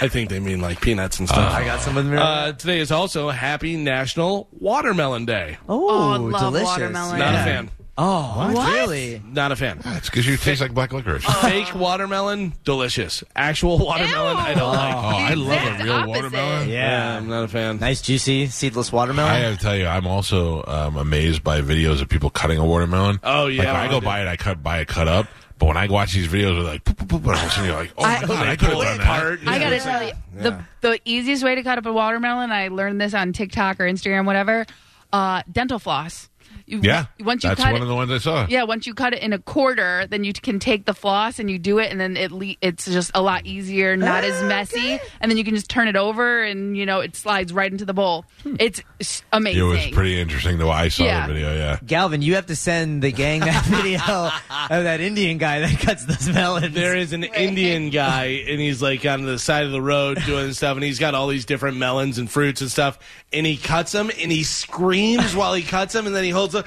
Speaker 6: I think they mean like peanuts and stuff.
Speaker 7: I got some of them.
Speaker 6: Uh, today is also Happy National Watermelon Day.
Speaker 9: Oh, I
Speaker 7: oh,
Speaker 9: love
Speaker 7: delicious.
Speaker 9: watermelon.
Speaker 6: Not
Speaker 9: Yeah.
Speaker 6: a fan.
Speaker 7: Oh, really?
Speaker 6: Not a fan.
Speaker 4: It's because you taste like black licorice.
Speaker 6: Fake watermelon, delicious. Actual watermelon, I don't
Speaker 9: *laughs*
Speaker 6: like.
Speaker 4: Oh, I love
Speaker 9: That's
Speaker 4: a real
Speaker 9: opposite.
Speaker 4: watermelon.
Speaker 6: Yeah, I'm not a fan.
Speaker 7: Nice, juicy, seedless
Speaker 4: I
Speaker 7: watermelon.
Speaker 4: have to tell you, I'm also um, amazed by videos of people cutting a watermelon.
Speaker 6: Oh, yeah,
Speaker 4: like, when I
Speaker 6: I
Speaker 4: go
Speaker 6: do.
Speaker 4: buy it, I cut buy it cut up. But when I watch these videos, they're like, poop, poop, poop, and all of a sudden you're like, oh, my
Speaker 9: I-
Speaker 4: God, I,
Speaker 6: They
Speaker 4: could have
Speaker 6: pull it
Speaker 4: done that.
Speaker 6: apart.
Speaker 9: I
Speaker 6: Yeah.
Speaker 9: gotta tell you, the the easiest way to cut up a watermelon, I learned this on TikTok or Instagram, whatever. Uh, dental floss. You,
Speaker 4: Yeah,
Speaker 9: Once you
Speaker 4: that's
Speaker 9: cut
Speaker 4: one
Speaker 9: it,
Speaker 4: of the ones I saw.
Speaker 9: yeah, once you cut it in a quarter, then you can take the floss and you do it, and then it le- it's just a lot easier, not as messy, and then you can just turn it over, and you know it slides right into the bowl. It's s- amazing.
Speaker 4: It was pretty interesting though. I saw
Speaker 9: Yeah.
Speaker 4: the video. Yeah,
Speaker 7: Galvin, you have to send the gang that *laughs* video of that Indian guy that cuts those melons.
Speaker 6: There is an Indian guy, and he's like on the side of the road doing stuff, and he's got all these different melons and fruits and stuff, and he cuts them, and he screams while he cuts them, and then he holds up,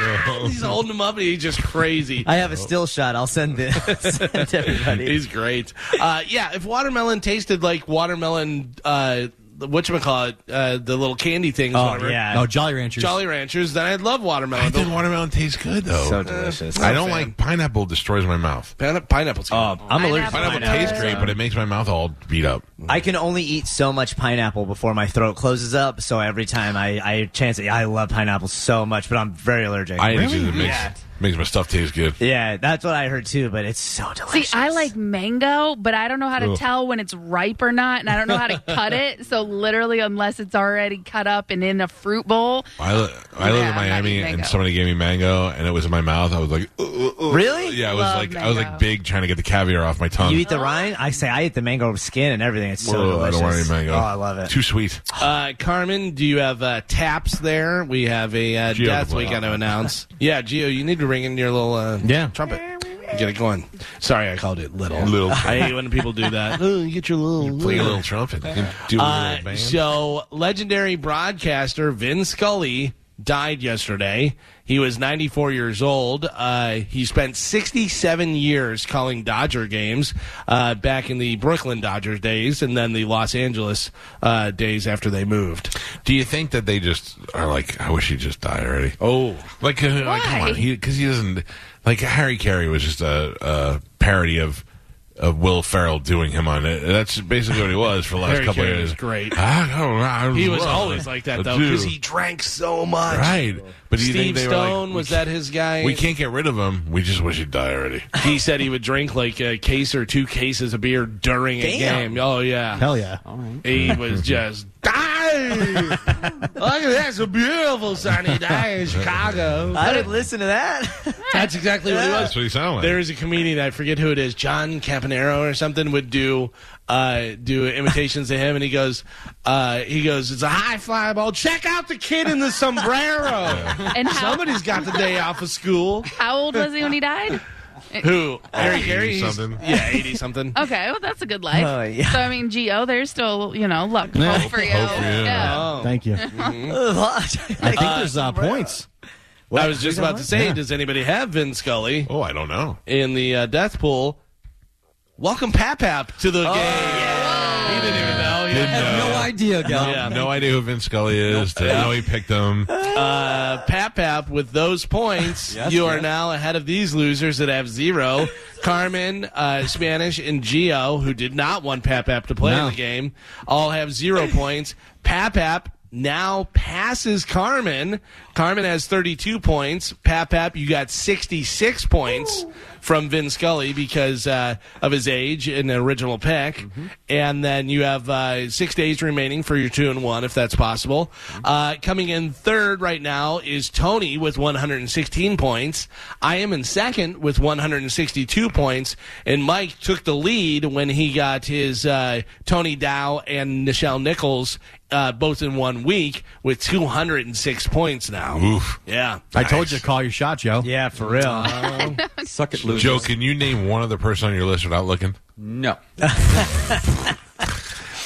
Speaker 6: yeah, he's holding them up, and he's just crazy.
Speaker 7: I have a still shot. I'll send this *laughs* send to everybody.
Speaker 6: He's great. Uh, yeah, if watermelon tasted like watermelon, uh, whatchamacallit, uh, the little candy things, whatever,
Speaker 5: Oh, Jolly Ranchers.
Speaker 6: Jolly Ranchers, then I'd love watermelon.
Speaker 4: I
Speaker 6: But
Speaker 4: think watermelon tastes good though.
Speaker 7: so delicious.
Speaker 4: I don't like pineapple. Destroys my mouth.
Speaker 6: pine- pineapples.
Speaker 7: Oh, I'm allergic. to
Speaker 4: Pineapple tastes great,
Speaker 9: um,
Speaker 4: but it makes my mouth all beat up.
Speaker 7: I can only eat so much pineapple before my throat closes up. So every time I, I chance it, I love pineapple so much, but I'm very allergic.
Speaker 4: I really? it makes,
Speaker 7: Yeah.
Speaker 4: makes my stuff taste good.
Speaker 7: yeah, that's what I heard too. But it's so
Speaker 9: See,
Speaker 7: delicious.
Speaker 9: I like mango, but I don't know how to
Speaker 4: Ugh.
Speaker 9: tell when it's ripe or not, and I don't know how to cut it. So literally, unless it's already cut up and in a fruit bowl,
Speaker 4: I, li- I live
Speaker 9: Yeah,
Speaker 4: in
Speaker 9: I'm not
Speaker 4: Miami,
Speaker 9: eating
Speaker 4: and
Speaker 9: mango.
Speaker 4: somebody gave me mango, and it was in my mouth. I was like, "Ugh."
Speaker 7: really.
Speaker 4: yeah, I was
Speaker 9: Love
Speaker 4: like, I was like
Speaker 9: mango.
Speaker 4: big trying to get the caviar off my tongue.
Speaker 7: You eat the rind? I say I eat the mango skin and everything. It's so
Speaker 4: Ugh, I
Speaker 7: delicious.
Speaker 4: don't want any mango.
Speaker 7: Oh, I love it.
Speaker 4: Too sweet.
Speaker 6: Uh, Carmen, do you have uh, taps there? We have a uh,
Speaker 4: Gio,
Speaker 6: death
Speaker 4: the
Speaker 6: we
Speaker 4: playoff.
Speaker 6: got to announce. yeah, Gio, you need to ring in your little uh,
Speaker 5: Yeah.
Speaker 6: trumpet. Get it going. Sorry, I called it little.
Speaker 4: Little.
Speaker 6: *laughs* I hate when people do that. oh, you get your little.
Speaker 4: Play a little trumpet. Do a little
Speaker 6: Uh,
Speaker 4: band.
Speaker 6: so, legendary broadcaster Vin Scully died yesterday. He was 94 years old. Uh, he spent 67 years calling Dodger games uh, back in the Brooklyn Dodgers days and then the Los Angeles uh, days after they moved.
Speaker 4: Do you think that they just are like, I wish he just died already?
Speaker 6: Oh.
Speaker 4: Like, uh, like come
Speaker 9: Why?
Speaker 4: on, because he, doesn't. Like Harry Carey was just a, a parody of of Will Ferrell doing him on it. That's basically what he was for the last
Speaker 6: Harry
Speaker 4: couple
Speaker 6: Carey
Speaker 4: of years.
Speaker 6: was great.
Speaker 4: I don't know, I
Speaker 6: He was
Speaker 4: love
Speaker 6: always like that,
Speaker 4: a
Speaker 6: though, because
Speaker 4: dude.
Speaker 6: he drank so much.
Speaker 4: right. But do you think
Speaker 6: Steve
Speaker 4: they were
Speaker 6: Stone,
Speaker 4: like,
Speaker 6: was
Speaker 4: we
Speaker 6: that his guy?
Speaker 4: can't- We can't get rid of him. We just wish he'd die already.
Speaker 6: He said he would drink like a case or two cases of beer during a
Speaker 7: Damn.
Speaker 6: game. Oh, yeah.
Speaker 5: Hell yeah.
Speaker 6: He was just dying. *laughs* Look at that. It's a beautiful sunny day in Chicago.
Speaker 7: I didn't listen
Speaker 4: *laughs*
Speaker 7: to that. *laughs*
Speaker 6: That's exactly what he
Speaker 4: That's
Speaker 6: was.
Speaker 4: what he sounded like.
Speaker 6: There is a comedian, I forget who it is, John Campanero or something, would do uh, do imitations of him, and he goes, uh, he goes, it's a high fly ball. Check out the kid in the sombrero.
Speaker 4: *laughs*
Speaker 9: and
Speaker 6: *laughs*
Speaker 9: how,
Speaker 6: Somebody's got the day off of school.
Speaker 9: how old was he when he *laughs* died?
Speaker 6: Who? Harry Carey?
Speaker 4: 80
Speaker 6: He's-
Speaker 4: something.
Speaker 6: Yeah, 80
Speaker 9: *laughs*
Speaker 6: something.
Speaker 9: Okay, well that's a good life.
Speaker 7: Oh, yeah.
Speaker 9: So I mean, Geo, there's still you know luck hope for you.
Speaker 4: Hope for you.
Speaker 9: Yeah.
Speaker 5: Thank
Speaker 9: *laughs*
Speaker 5: you.
Speaker 7: I
Speaker 5: I think there's uh, points.
Speaker 6: I was just about to say, does anybody have Vin Scully
Speaker 4: Oh, I don't know.
Speaker 6: in the uh, death pool? Welcome Papap to the game. He didn't even know. He didn't know.
Speaker 8: No idea, Gal.
Speaker 6: Yeah.
Speaker 4: No idea who Vince Scully is. Didn't know he picked him.
Speaker 6: Uh, Pap Pap, with those points,
Speaker 8: Yes,
Speaker 6: you are
Speaker 8: yes.
Speaker 6: now ahead of these losers that have zero. Carmen, uh, Spanish, and Geo, who did not want Pap Pap to play in the game, all have zero points. Pap Pap now passes Carmen. Carmen has 32 points. Pap Pap, you got 66 points from Vin Scully because uh, of his age in the original pick. And then you have uh, six days remaining for your two and one, if that's possible. Uh, coming in third right now is Tony with 116 points. I am in second with 162 points. And Mike took the lead when he got his uh, Tony Dow and Nichelle Nichols uh, both in one week with 206 points now.
Speaker 4: Oof.
Speaker 6: Yeah.
Speaker 5: I told you to call your shot, Joe.
Speaker 7: Yeah, for real.
Speaker 8: Suck it, losers.
Speaker 4: Joe, can you name one other person on your list without looking?
Speaker 8: No.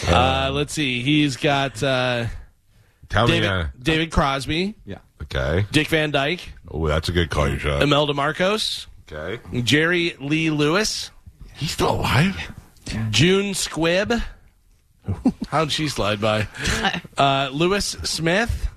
Speaker 6: Uh, let's see. He's got uh,
Speaker 4: Tell
Speaker 6: David,
Speaker 4: me. Uh,
Speaker 6: David Crosby,
Speaker 8: Yeah.
Speaker 4: okay.
Speaker 6: Dick Van Dyke,
Speaker 4: Oh, that's a good call you shot.
Speaker 6: Imelda Marcos,
Speaker 4: Okay.
Speaker 6: Jerry Lee Lewis,
Speaker 4: He's still alive?
Speaker 6: June Squibb. How'd she slide by? Uh, Lewis Smith.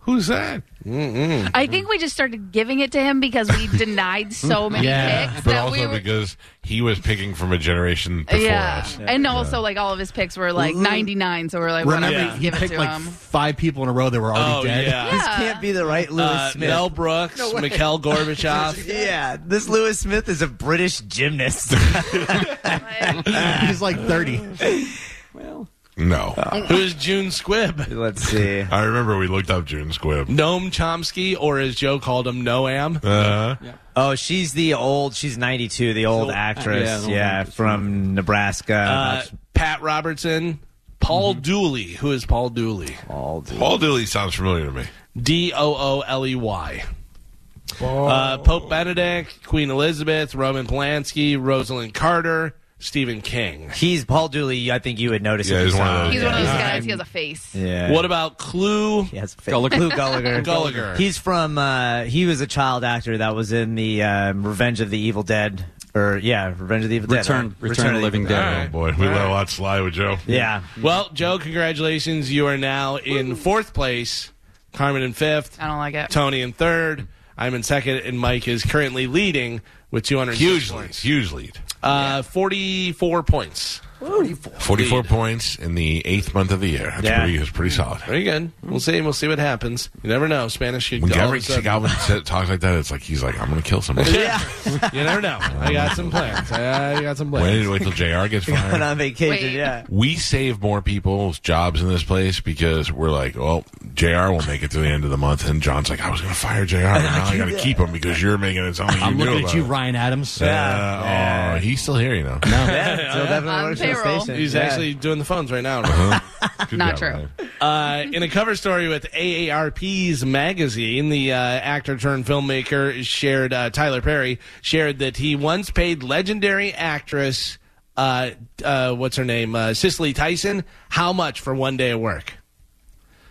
Speaker 4: Who's that?
Speaker 9: I think we just started giving it to him because we denied so many
Speaker 5: Yeah.
Speaker 9: picks
Speaker 4: But
Speaker 9: that
Speaker 4: also
Speaker 9: we were.
Speaker 4: because he was picking from a generation before
Speaker 9: Yeah.
Speaker 4: us.
Speaker 9: and also like all of his picks were like 99, so we're like,
Speaker 5: Remember,
Speaker 9: whatever,
Speaker 5: he
Speaker 9: give it
Speaker 5: picked
Speaker 9: to
Speaker 5: like
Speaker 9: him.
Speaker 5: five people in a row that were already
Speaker 6: Oh
Speaker 5: dead.
Speaker 6: yeah.
Speaker 7: This can't be the right Lewis
Speaker 6: Uh,
Speaker 7: Smith.
Speaker 6: Mel Brooks, Mikhail
Speaker 7: *laughs*
Speaker 6: Gorbachev.
Speaker 7: Yeah, this Lewis Smith is a British
Speaker 4: *laughs*
Speaker 7: gymnast.
Speaker 5: *laughs* He's like 30.
Speaker 4: No.
Speaker 6: Who's June Squibb?
Speaker 7: Let's see.
Speaker 4: I remember we looked up June Squibb.
Speaker 6: Noam Chomsky, or as Joe called him, Noam.
Speaker 4: Uh,
Speaker 7: Oh, she's the old. She's 92. The old
Speaker 8: So- yeah,
Speaker 7: actress.
Speaker 8: the
Speaker 7: Yeah,
Speaker 8: old actress.
Speaker 7: from Nebraska.
Speaker 6: Uh, Pat Robertson, Paul Dooley. Who is Paul Dooley?
Speaker 4: *laughs* Paul Dilly sounds familiar to me.
Speaker 6: D O O L E Y. Uh, Pope Benedict, Queen Elizabeth, Roman Polanski, Rosalind Carter, Stephen King.
Speaker 7: he's Paul Dooley. I think you would notice.
Speaker 4: Yeah,
Speaker 7: if
Speaker 4: he's
Speaker 7: you
Speaker 4: one of
Speaker 7: saw
Speaker 4: those.
Speaker 7: him.
Speaker 9: He's one of those guys. He has a face.
Speaker 7: Yeah.
Speaker 6: What about Clue?
Speaker 7: He has a face.
Speaker 8: Gulliger.
Speaker 7: Lou Gulliger.
Speaker 6: Gulliger.
Speaker 7: He's from. Uh, he was a child actor that was in the um, Revenge of the Evil Dead, or yeah, Revenge of the Evil
Speaker 8: Return,
Speaker 7: Dead.
Speaker 8: Return, of the Living Dead.
Speaker 4: Oh, boy. We let a lot slide with Joe.
Speaker 7: Yeah.
Speaker 6: Well, Joe, congratulations. You are now in fourth place, Carmen in fifth,
Speaker 9: I don't like it.
Speaker 6: Tony in third. I'm in second, and Mike is currently leading with 200
Speaker 4: Huge lead. Huge lead.
Speaker 6: Uh, 44 points.
Speaker 4: 44 points in the eighth month of the year. That's
Speaker 7: Yeah.
Speaker 4: pretty, that's pretty solid.
Speaker 6: Very good. We'll see. We'll see what happens. You never know. Spanish could
Speaker 4: When
Speaker 6: go. all of a
Speaker 4: Gavin,
Speaker 6: sudden-
Speaker 4: Galvin said, talks like that, it's like he's like, I'm going to kill somebody.
Speaker 6: Yeah. you never know. I got
Speaker 4: *laughs*
Speaker 6: some plans. I got some
Speaker 4: Wait,
Speaker 6: plans.
Speaker 4: wait till JR gets
Speaker 7: Went
Speaker 4: fired.
Speaker 7: on vacation.
Speaker 9: Wait.
Speaker 7: Yeah.
Speaker 4: We save more people's jobs in this place because we're like, well, JR will make it to the end of the month. And John's like, I was going to fire JR, but now I got to keep him because you're making it sound like you
Speaker 5: I'm
Speaker 4: knew
Speaker 5: looking
Speaker 4: about
Speaker 5: at you,
Speaker 4: it.
Speaker 5: Ryan Adams.
Speaker 4: Uh,
Speaker 7: Yeah.
Speaker 4: Oh, he's still here, you know.
Speaker 7: yeah, so definitely
Speaker 9: On
Speaker 7: works for the
Speaker 9: payroll.
Speaker 7: station.
Speaker 6: He's
Speaker 7: Yeah.
Speaker 6: actually
Speaker 7: *laughs*
Speaker 6: doing the phones right now.
Speaker 4: Uh-huh.
Speaker 5: *laughs*
Speaker 4: Good job,
Speaker 9: Not true.
Speaker 4: Ryan.
Speaker 6: Uh, in a cover story with AARP's magazine, the uh, actor turned filmmaker shared uh, Tyler Perry shared that he once paid legendary actress uh, uh, what's her name uh, Cicely Tyson how much for one day of work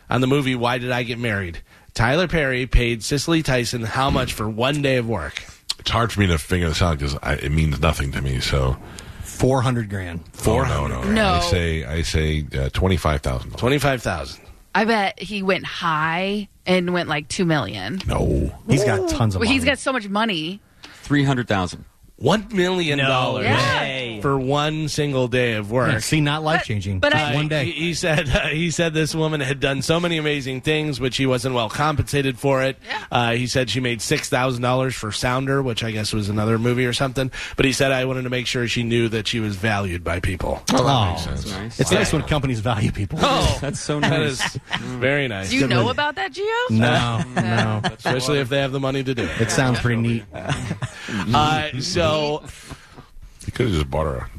Speaker 6: on the movie Why Did I Get Married? Tyler Perry paid Cicely Tyson how much for one day of work?
Speaker 4: It's hard for me to figure this out because it means nothing to me. So
Speaker 5: 400 grand.
Speaker 4: four. no, no,
Speaker 9: No.
Speaker 4: I say, I say uh, twenty five thousand.
Speaker 6: Twenty five thousand.
Speaker 9: I bet he went high and went like 2 million.
Speaker 4: No,
Speaker 5: He's got tons of
Speaker 9: Well,
Speaker 5: money.
Speaker 9: he's got so much money.
Speaker 8: 300,000.
Speaker 6: One million dollars
Speaker 9: Yeah.
Speaker 6: *laughs*
Speaker 7: Hey.
Speaker 6: for one single day of work.
Speaker 5: Yeah, See, not life changing.
Speaker 9: but
Speaker 5: Just
Speaker 9: I-
Speaker 5: one
Speaker 6: He,
Speaker 5: day.
Speaker 6: he said uh, he said this woman had done so many amazing things, which he wasn't well compensated for it. Uh, he said she made six thousand dollars for Sounder, which I guess was another movie or something. But he said I wanted to make sure she knew that she was valued by people.
Speaker 5: Oh,
Speaker 4: sense.
Speaker 8: Nice.
Speaker 5: it's nice when companies value people.
Speaker 9: Oh.
Speaker 8: That's so
Speaker 6: that
Speaker 7: *laughs*
Speaker 8: nice.
Speaker 6: is very nice,
Speaker 9: Do you know about that, Gio?
Speaker 5: No, no.
Speaker 6: especially if they have the money to do it.
Speaker 5: It sounds pretty neat.
Speaker 6: Uh, so
Speaker 4: you could have just bought her.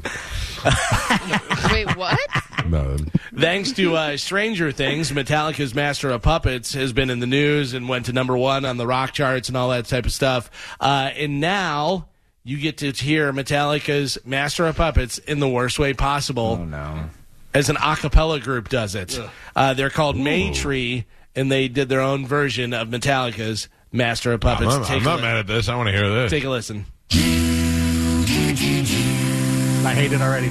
Speaker 9: Wait, what?
Speaker 4: A, no,
Speaker 6: Thanks to uh, Stranger Things, Metallica's Master of Puppets has been in the news and went to number one on the rock charts and all that type of stuff. Uh, and now you get to hear Metallica's Master of Puppets in the worst way possible. Oh, no. As an a cappella group does it. Uh, they're called Maytree, and they did their own version of Metallica's Master of
Speaker 4: I'm,
Speaker 6: Puppets.
Speaker 4: not- I'm
Speaker 6: Take a
Speaker 4: not
Speaker 6: li-
Speaker 4: mad at this. I want to hear this.
Speaker 6: Take a listen.
Speaker 5: I hate it already.
Speaker 4: I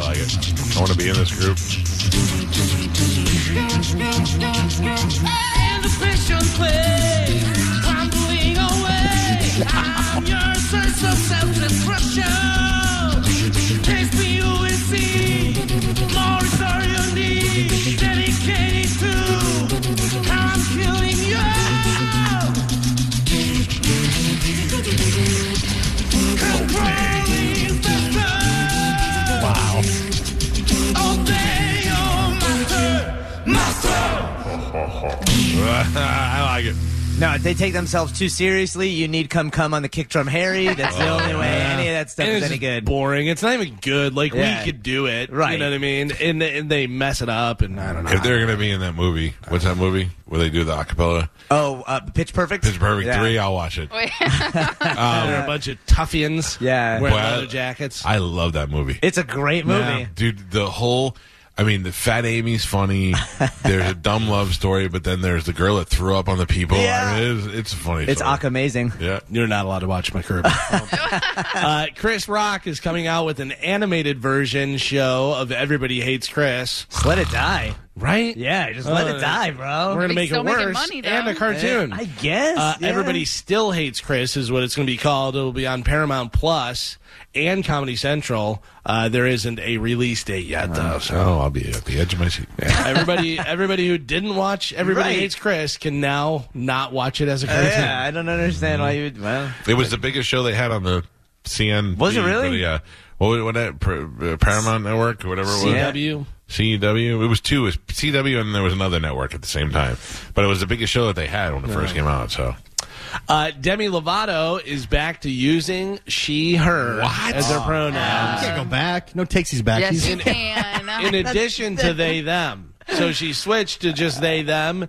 Speaker 4: like it. I want to be in this group.
Speaker 10: More is all you need.
Speaker 7: *laughs*
Speaker 4: I like it.
Speaker 7: No, if they take themselves too seriously, you need come come on the kick drum Harry. That's the only way any of that stuff
Speaker 6: And
Speaker 7: is
Speaker 6: it's
Speaker 7: any
Speaker 6: just
Speaker 7: good.
Speaker 6: boring. It's not even good. Like
Speaker 7: Yeah.
Speaker 6: we could do it, You
Speaker 7: Right.
Speaker 6: know what I mean? And, and they mess it up, and I don't know.
Speaker 4: If they're going to be in that movie, what's that movie where they do the acapella?
Speaker 7: Oh, uh, Pitch Perfect.
Speaker 4: Pitch Perfect
Speaker 7: Yeah.
Speaker 4: Three. I'll watch it.
Speaker 6: they're a bunch of toughians,
Speaker 7: Yeah.
Speaker 6: wearing
Speaker 4: Boy, I-
Speaker 6: leather jackets.
Speaker 4: I love that movie.
Speaker 7: It's a great movie.
Speaker 4: Dude, the whole. I mean, the fat Amy's
Speaker 7: *laughs*
Speaker 4: funny. there's a dumb love story, but then there's the girl that threw up on the people.
Speaker 7: Yeah.
Speaker 4: I mean, it is, it's a funny.
Speaker 7: It's
Speaker 4: story.
Speaker 7: Ock amazing.
Speaker 4: Yeah.
Speaker 6: You're not allowed to watch my *laughs* curb.
Speaker 7: Oh.
Speaker 6: uh, Chris Rock is coming out with an animated version show of Everybody Hates Chris.
Speaker 7: Just let it die.
Speaker 6: Right?
Speaker 7: Yeah, just let
Speaker 6: Uh,
Speaker 7: it die, bro.
Speaker 6: We're going to
Speaker 9: He's
Speaker 6: make it
Speaker 9: still making
Speaker 6: worse.
Speaker 9: money, though.
Speaker 6: and a cartoon.
Speaker 7: I guess.
Speaker 6: Uh,
Speaker 7: yeah.
Speaker 6: Everybody Still Hates Chris is what it's going to be called. It'll be on Paramount Plus and Comedy Central. Uh, there isn't a release date yet, though. So
Speaker 4: Oh, I'll be at the edge of my
Speaker 7: *laughs*
Speaker 4: seat.
Speaker 6: everybody, everybody who didn't watch Everybody
Speaker 7: Right.
Speaker 6: Hates Chris can now not watch it as a
Speaker 7: Uh,
Speaker 6: cartoon.
Speaker 7: yeah, I don't understand why you would. Well,
Speaker 4: It was the biggest show they had on the CN.
Speaker 7: Was it really?
Speaker 4: Yeah. What was what that Pr- uh, Paramount Network or whatever it was?
Speaker 6: CW.
Speaker 4: CW. It was two. It was CW and there was another network at the same time. But it was the biggest show that they had when it first came out. So
Speaker 6: Uh, Demi Lovato is back to using she, her as her pronouns.
Speaker 5: Can't go back. No takesies back.
Speaker 9: Yes,
Speaker 5: She's-
Speaker 9: you can.
Speaker 6: In addition to they, them. So she switched to just they, them.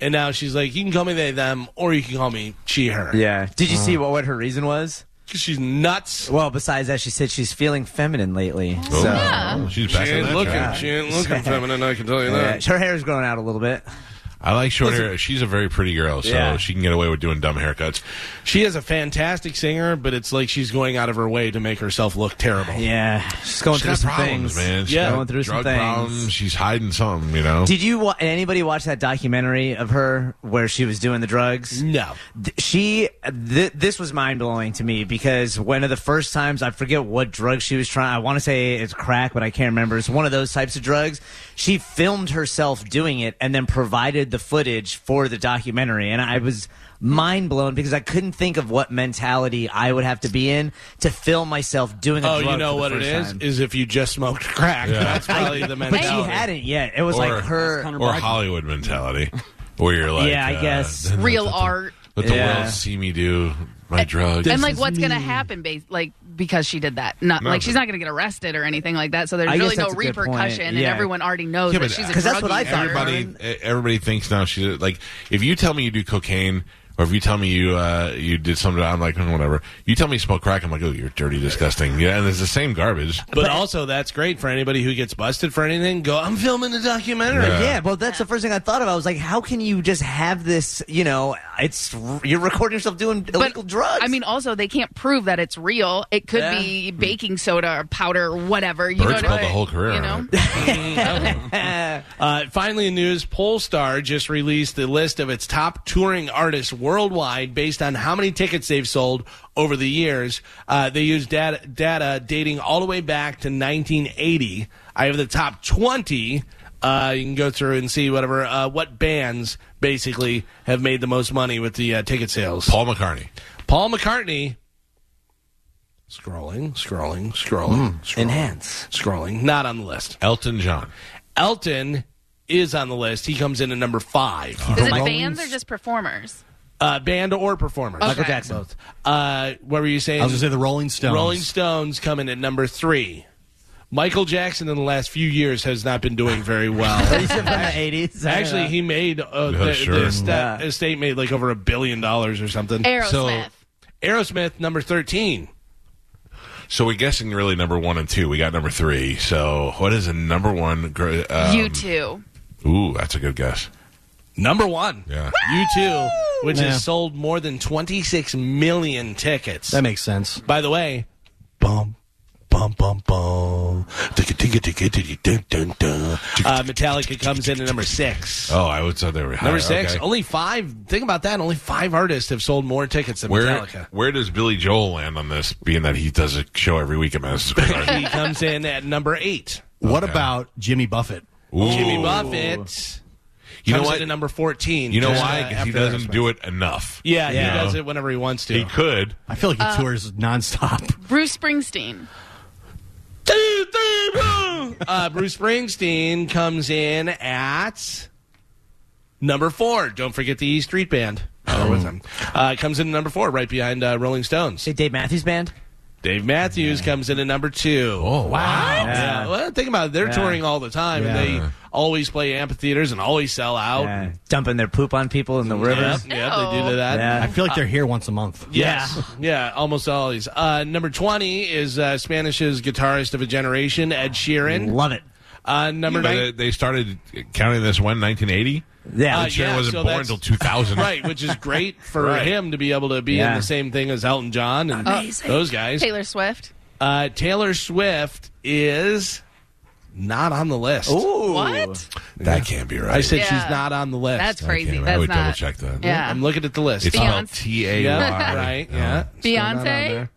Speaker 6: And now she's like, you can call me they, them, or you can call me she, her.
Speaker 7: yeah. Did you see what, what her reason was?
Speaker 6: 'Cause She's nuts.
Speaker 7: Well, besides that, she said she's feeling feminine lately.
Speaker 4: Oh,
Speaker 7: So
Speaker 4: she's
Speaker 6: She
Speaker 4: back in
Speaker 6: ain't
Speaker 4: that
Speaker 6: looking.
Speaker 4: job.
Speaker 6: She ain't looking feminine. I can tell you
Speaker 7: yeah,
Speaker 6: that.
Speaker 7: her hair's growing out a little bit.
Speaker 4: I like short hair. She's a very pretty girl, so
Speaker 7: Yeah.
Speaker 4: she can get away with doing dumb haircuts.
Speaker 6: She is a fantastic singer, but it's like she's going out of her way to make herself look terrible.
Speaker 7: Yeah, she's going
Speaker 4: She's
Speaker 7: through
Speaker 4: got
Speaker 7: some
Speaker 4: problems,
Speaker 7: things,
Speaker 4: man. She's
Speaker 6: Yeah.
Speaker 4: got
Speaker 7: going through some
Speaker 4: drug
Speaker 7: things.
Speaker 4: problems. She's hiding something, you know.
Speaker 7: Did you wa- anybody watch that documentary of her where she was doing the drugs?
Speaker 6: No.
Speaker 7: Th- She, th- this was mind blowing to me because one of the first times I forget what drug she was trying. I want to say it's crack, but I can't remember. It's one of those types of drugs. She filmed herself doing it and then provided the footage for the documentary, and I was mind blown because I couldn't think of what mentality I would have to be in to film myself doing a
Speaker 6: Oh,
Speaker 7: drug.
Speaker 6: you know
Speaker 7: for the
Speaker 6: what it
Speaker 7: first
Speaker 6: is?
Speaker 7: time.
Speaker 6: Is if you just smoked crack. That's probably the
Speaker 7: *laughs* but
Speaker 6: mentality.
Speaker 7: she hadn't yet. It was
Speaker 4: Or-
Speaker 7: like her.
Speaker 8: Hunter
Speaker 4: or
Speaker 8: Biden.
Speaker 4: Hollywood mentality, where you're like, uh,
Speaker 7: Yeah, I guess.
Speaker 9: Real
Speaker 4: let the-
Speaker 9: art.
Speaker 4: Let the
Speaker 7: Yeah.
Speaker 4: world see me do my drugs.
Speaker 9: and like, what's gonna happen, bas- like because she did that? Not like she's not gonna get arrested or anything like that. So there's
Speaker 7: I guess
Speaker 9: really no
Speaker 7: that's a good point.
Speaker 9: repercussion, and
Speaker 7: Yeah.
Speaker 9: everyone already knows
Speaker 4: Yeah,
Speaker 9: that
Speaker 4: but-
Speaker 9: she's a
Speaker 7: 'Cause
Speaker 9: drug
Speaker 7: that's what I thought.
Speaker 4: everybody, e,
Speaker 7: Aaron.
Speaker 4: everybody thinks now she's like, if you tell me you do cocaine. Or if you tell me you uh, you did something, I'm like "Mm, whatever. You tell me you smoke crack, I'm like, oh, you're dirty, disgusting. Yeah, and it's the same garbage.
Speaker 6: But also, that's great for anybody who gets busted for anything. Go, I'm filming a documentary.
Speaker 4: Yeah.
Speaker 7: Yeah, well, that's the first thing I thought of. I was like, how can you just have this? You know, it's you're recording yourself doing illegal drugs.
Speaker 9: I mean, also they can't prove that it's real. It could
Speaker 7: Yeah. Hmm.
Speaker 9: be baking soda or powder or whatever. You know
Speaker 4: Birds
Speaker 9: what I
Speaker 4: built a
Speaker 9: mean?
Speaker 4: whole career.
Speaker 9: You
Speaker 4: on
Speaker 9: know?
Speaker 4: it.
Speaker 6: *laughs* Uh, finally, in news, Polestar just released the list of its top touring artists worldwide based on how many tickets they've sold over the years. Uh, they use data, data dating all the way back to 1980. I have the top 20. Uh, you can go through and see whatever uh, what bands basically have made the most money with the uh, ticket sales.
Speaker 4: Paul McCartney.
Speaker 6: Paul McCartney. Scrolling, scrolling, scrolling, scrolling,
Speaker 7: enhance.
Speaker 5: Hmm.
Speaker 6: scrolling. Not on the list.
Speaker 4: Elton John.
Speaker 6: Elton is on the list. He comes in at number five.
Speaker 9: Is it bands or just performers?
Speaker 6: Uh, band or performer.
Speaker 9: Michael
Speaker 6: *laughs*
Speaker 7: Jackson.
Speaker 6: Both. Uh, what were you saying?
Speaker 5: I was gonna say the Rolling Stones.
Speaker 6: Rolling Stones come in at number three. Michael Jackson in the last few years has not been doing
Speaker 5: *laughs*
Speaker 6: very well.
Speaker 7: from the eighties.
Speaker 6: Actually, he made uh,
Speaker 4: Yeah,
Speaker 6: the,
Speaker 4: sure.
Speaker 6: the esta-
Speaker 7: Yeah.
Speaker 6: estate made like over a billion dollars or something.
Speaker 9: Aerosmith.
Speaker 6: Aerosmith number thirteen.
Speaker 4: So we're guessing really number one and two. We got number three. So what is a number one? gr- Um,
Speaker 9: you two.
Speaker 4: Ooh, that's a good guess.
Speaker 6: Number one.
Speaker 4: Yeah.
Speaker 6: You too, which
Speaker 5: Yeah.
Speaker 6: has sold more than 26 million tickets.
Speaker 5: That makes sense.
Speaker 6: By the way, bum, bum, bum, bum. Ticka, ticka, ticka, ticka, dun, dun, dun. Uh, Metallica comes in at number six.
Speaker 4: Oh, I would say they were higher.
Speaker 6: Number six.
Speaker 4: Okay.
Speaker 6: Only five. Think about that. Only five artists have sold more tickets than
Speaker 4: Where
Speaker 6: Metallica.
Speaker 4: where does Billy Joel land on this? Being that he does a show every week at Madison Square Garden.
Speaker 6: He comes in at number eight.
Speaker 5: What about Jimmy Buffett?
Speaker 4: Ooh.
Speaker 6: *laughs* Jimmy Buffett.
Speaker 4: You know
Speaker 6: comes
Speaker 4: what?
Speaker 6: in at number fourteen.
Speaker 4: You know
Speaker 6: just,
Speaker 4: why?
Speaker 6: uh,
Speaker 4: 'Cause he
Speaker 6: after
Speaker 4: doesn't
Speaker 6: Aerosmith.
Speaker 4: do it enough.
Speaker 6: Yeah,
Speaker 7: Yeah.
Speaker 6: he does it whenever he wants to.
Speaker 4: He could.
Speaker 5: I feel like
Speaker 9: Uh,
Speaker 5: he tours nonstop.
Speaker 9: *laughs* Bruce Springsteen.
Speaker 6: uh, Bruce Springsteen comes in at Number four, don't forget the E Street Band. Oh, with them. Uh, comes in at number four, right behind uh, Rolling Stones.
Speaker 7: Say Dave Matthews Band.
Speaker 6: Dave Matthews comes in at number two. Oh, wow. Yeah. Well, think about it. They're touring all the time, and they always play amphitheaters and always sell out.
Speaker 7: Yeah. Dumping their poop on people in the
Speaker 6: Yep,
Speaker 7: rivers.
Speaker 6: yep, they do
Speaker 9: Ew.
Speaker 6: that.
Speaker 7: Yeah.
Speaker 5: I feel like they're here once a month.
Speaker 6: Yes. Oh. Yeah, almost always. Uh, number 20 is uh, Spanish's guitarist of a generation, Ed Sheeran.
Speaker 7: Love it.
Speaker 6: Uh, number
Speaker 4: But they,
Speaker 6: nine.
Speaker 4: they started counting this when 1980.
Speaker 7: Yeah.
Speaker 6: Uh,
Speaker 4: Sharon
Speaker 6: yeah,
Speaker 4: wasn't
Speaker 6: so
Speaker 4: born
Speaker 6: that's-
Speaker 4: until 2000.
Speaker 6: *laughs* Right, which is
Speaker 4: *laughs*
Speaker 6: great for
Speaker 4: Right.
Speaker 6: him to be able to be in
Speaker 7: Yeah.
Speaker 6: the same thing as Elton John and
Speaker 9: Amazing.
Speaker 6: those guys.
Speaker 9: Taylor Swift.
Speaker 6: Uh, Taylor Swift is not on the list.
Speaker 9: What?
Speaker 4: That can't be right.
Speaker 6: I said
Speaker 9: Yeah.
Speaker 6: she's not on the list.
Speaker 9: That's
Speaker 4: I can't-
Speaker 9: crazy.
Speaker 4: I
Speaker 9: That's
Speaker 4: would
Speaker 9: not.
Speaker 4: double check that.
Speaker 9: Yeah.
Speaker 6: I'm looking at the list.
Speaker 4: It's spelled
Speaker 9: Beyonce.
Speaker 4: T A
Speaker 6: yeah,
Speaker 4: Y.
Speaker 9: *laughs*
Speaker 6: right.
Speaker 4: No.
Speaker 6: Yeah. Still not on
Speaker 9: Beyonce?
Speaker 6: there.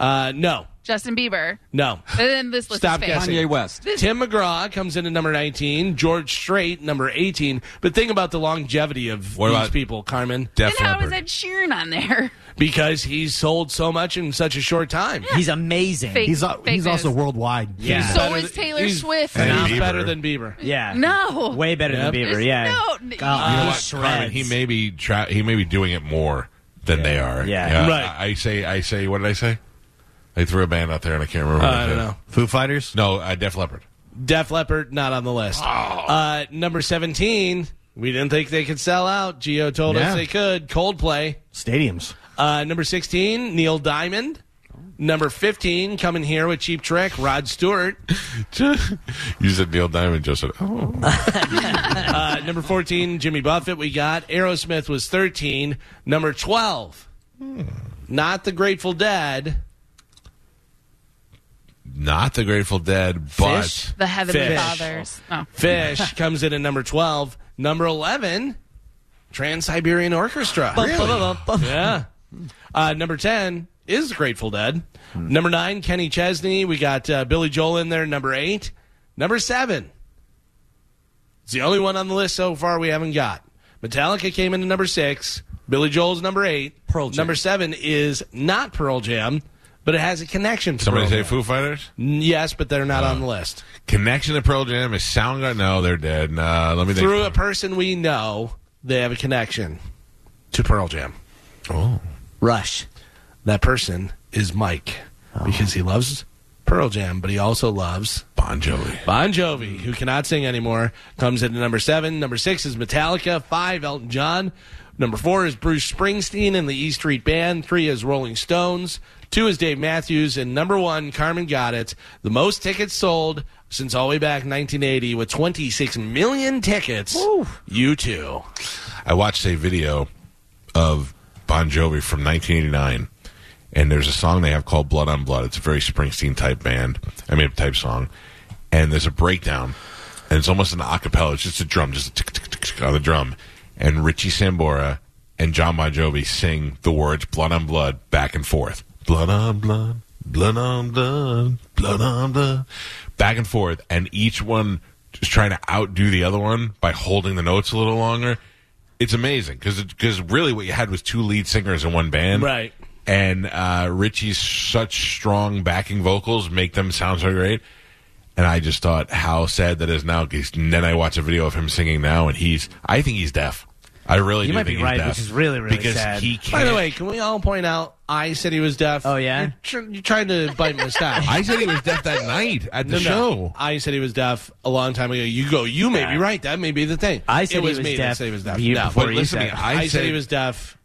Speaker 6: Uh, no,
Speaker 9: Justin Bieber.
Speaker 6: no.
Speaker 9: And then this list
Speaker 6: Stop
Speaker 9: is fake.
Speaker 6: guessing.
Speaker 8: Kanye West.
Speaker 6: Tim McGraw comes in at number 19. George Strait, number 18. But think about the longevity of
Speaker 4: What
Speaker 6: these
Speaker 4: about-
Speaker 6: people, Carmen,
Speaker 4: Def
Speaker 9: And how is
Speaker 4: Leppard.
Speaker 9: Ed Sheeran on there? *laughs*
Speaker 6: because he's sold so much in such a short time.
Speaker 7: He's amazing.
Speaker 9: Fake.
Speaker 5: He's uh,
Speaker 9: fake
Speaker 5: he's also
Speaker 9: news.
Speaker 5: worldwide.
Speaker 7: Yeah.
Speaker 6: He's
Speaker 9: So
Speaker 6: better
Speaker 9: is
Speaker 6: th-
Speaker 9: Taylor
Speaker 6: he's
Speaker 9: Swift.
Speaker 4: And
Speaker 6: He's
Speaker 4: Bieber.
Speaker 6: better than Bieber.
Speaker 7: yeah.
Speaker 9: No.
Speaker 7: Way better
Speaker 6: Yep.
Speaker 7: than Bieber.
Speaker 9: There's
Speaker 7: Yeah.
Speaker 9: no-
Speaker 7: God,
Speaker 4: You know
Speaker 7: he
Speaker 4: what, Carmen,
Speaker 7: shreds.
Speaker 4: he may be tra- he may be doing it more than they are.
Speaker 7: Yeah.
Speaker 6: Right.
Speaker 4: I, I say I say what did I say? I threw a band out there and I can't remember.
Speaker 6: Uh,
Speaker 4: what
Speaker 6: I
Speaker 4: said.
Speaker 6: don't know.
Speaker 5: Foo Fighters.
Speaker 4: No, uh, Def Leppard.
Speaker 6: Def Leppard, not on the
Speaker 4: Oh.
Speaker 6: list. Uh, number 17, we didn't think they could sell out. Geo told us
Speaker 5: Yeah.
Speaker 6: they could. Coldplay.
Speaker 5: Stadiums.
Speaker 6: Uh, number 16, Neil Diamond. Number 15, coming here with Cheap Trick, Rod Stewart.
Speaker 4: you said Neil Diamond just said, oh.
Speaker 6: Uh, number 14, Jimmy Buffett, we got. Aerosmith was 13. Number 12, not the Grateful Dead.
Speaker 4: not the Grateful Dead, but
Speaker 6: Fish?
Speaker 9: The Heavenly
Speaker 6: Fish.
Speaker 9: Fathers. Oh.
Speaker 4: *laughs*
Speaker 6: Fish comes in at number 12. Number 11, Trans Siberian Orchestra. Yeah. Uh, number 10 is the Grateful Dead.
Speaker 4: Hmm.
Speaker 6: Number 9, Kenny Chesney. We got uh, Billy Joel in there. Number 8. Number 7. It's the only one on the list so far we haven't got. Metallica came in at number 6. Billy Joel's number 8.
Speaker 8: Pearl Jam.
Speaker 6: Number 7 is not Pearl Jam, but it has a connection to
Speaker 4: somebody
Speaker 6: Pearl
Speaker 4: say Uh,
Speaker 6: Jam.
Speaker 4: Foo Fighters.
Speaker 6: Yes, but they're not on the list.
Speaker 4: Connection to Pearl Jam is Soundgarden. No, they're dead. Nah, let me think.
Speaker 6: through a person we know, they have a connection to Pearl Jam.
Speaker 4: oh,
Speaker 7: Rush.
Speaker 6: That person is Mike
Speaker 7: Oh.
Speaker 6: because he loves Pearl Jam, but he also loves
Speaker 4: Bon Jovi.
Speaker 6: Bon Jovi, who cannot sing anymore. Comes in at number seven. Number six is Metallica. Five, Elton John. Number four is Bruce Springsteen and the E Street Band. Three is Rolling Stones. Two is Dave Matthews. And number one, Carmen got it. The most tickets sold since all the way back 1980 with 26 million tickets. You too.
Speaker 4: I watched a video of Bon Jovi from 1989, and there's a song they have called "Blood on Blood." It's a very Springsteen type band. I mean, type song, and there's a breakdown, and it's almost an acapella. It's just a drum, just a tick tick tick, tick on the drum, and Richie Sambora and John Bon Jovi sing the words "Blood on Blood" back and forth, "Blood on Blood." Blood on blood, blood on blood, back and forth, and each one is trying to outdo the other one by holding the notes a little longer it's amazing because because really what you had was two lead singers in one band,
Speaker 6: Right.
Speaker 4: And uh, Richie's such strong backing vocals make them sound so great. And I just thought how sad that is now. 'cause then I watch a video of him singing now, and he's I think he's deaf. I really
Speaker 7: You
Speaker 4: do
Speaker 7: might
Speaker 4: think
Speaker 7: be
Speaker 4: he's
Speaker 7: right,
Speaker 4: deaf
Speaker 7: which is really, really
Speaker 4: because
Speaker 7: sad.
Speaker 4: he can't.
Speaker 6: By the way, can we all point out I said he was deaf?
Speaker 7: Oh, yeah?
Speaker 6: You're, tr- you're trying to bite
Speaker 7: *laughs*
Speaker 6: my stash.
Speaker 4: I said he was deaf that night at the
Speaker 6: No,
Speaker 4: show.
Speaker 6: no. I said he was deaf a long time ago. You go. You may be
Speaker 7: Yeah.
Speaker 6: right. That may be the thing.
Speaker 7: I said
Speaker 6: it was
Speaker 7: he was
Speaker 6: me that
Speaker 7: deaf
Speaker 6: said he was deaf.
Speaker 7: year
Speaker 6: No,
Speaker 7: before
Speaker 6: but
Speaker 7: you
Speaker 6: listen,
Speaker 7: said
Speaker 4: it.
Speaker 6: I, said he was deaf.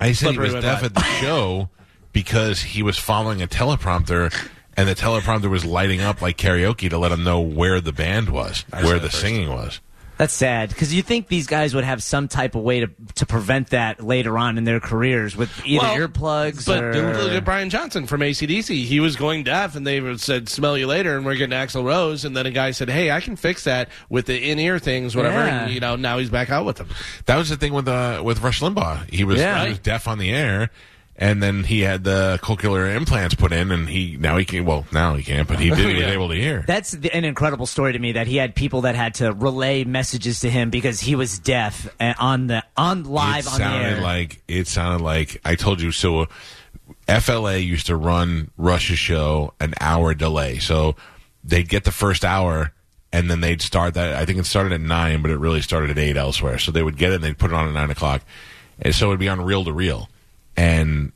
Speaker 4: I said he
Speaker 6: Slippery
Speaker 4: was
Speaker 6: when
Speaker 4: deaf
Speaker 6: wet.
Speaker 4: at the show because he was following a teleprompter, and the teleprompter was lighting up like karaoke to let him know where the band was, where the singing was.
Speaker 7: That's sad because you think these guys would have some type of way to to prevent that later on in their careers with either
Speaker 6: Well,
Speaker 7: earplugs
Speaker 6: But
Speaker 7: or
Speaker 6: dude, look at Brian Johnson from ACDC. He was going deaf, and they said, "Smell you later," and we're getting Axl Rose. And then a guy said, "Hey, I can fix that with the in-ear things, whatever."
Speaker 7: Yeah.
Speaker 6: And, you know, now he's back out with them.
Speaker 4: That was the thing with uh, with Rush Limbaugh. He was
Speaker 7: Yeah.
Speaker 4: he was deaf on the air, and then he had the cochlear implants put in, and he now he can well now he can't, but
Speaker 6: *laughs*
Speaker 4: he did he was
Speaker 6: Yeah.
Speaker 4: able to hear.
Speaker 7: That's the, an incredible story to me that he had people that had to relay messages to him because he was deaf and on the on live
Speaker 4: it
Speaker 7: on the
Speaker 4: sounded
Speaker 7: air.
Speaker 4: like it sounded like I told you so. uh, FLA used to run Rush's show an hour delay, so they'd get the first hour and then they'd start that. I think it started at nine, but it really started at eight elsewhere. So they would get it and they'd put it on at nine o'clock, and so it'd be on reel to reel, and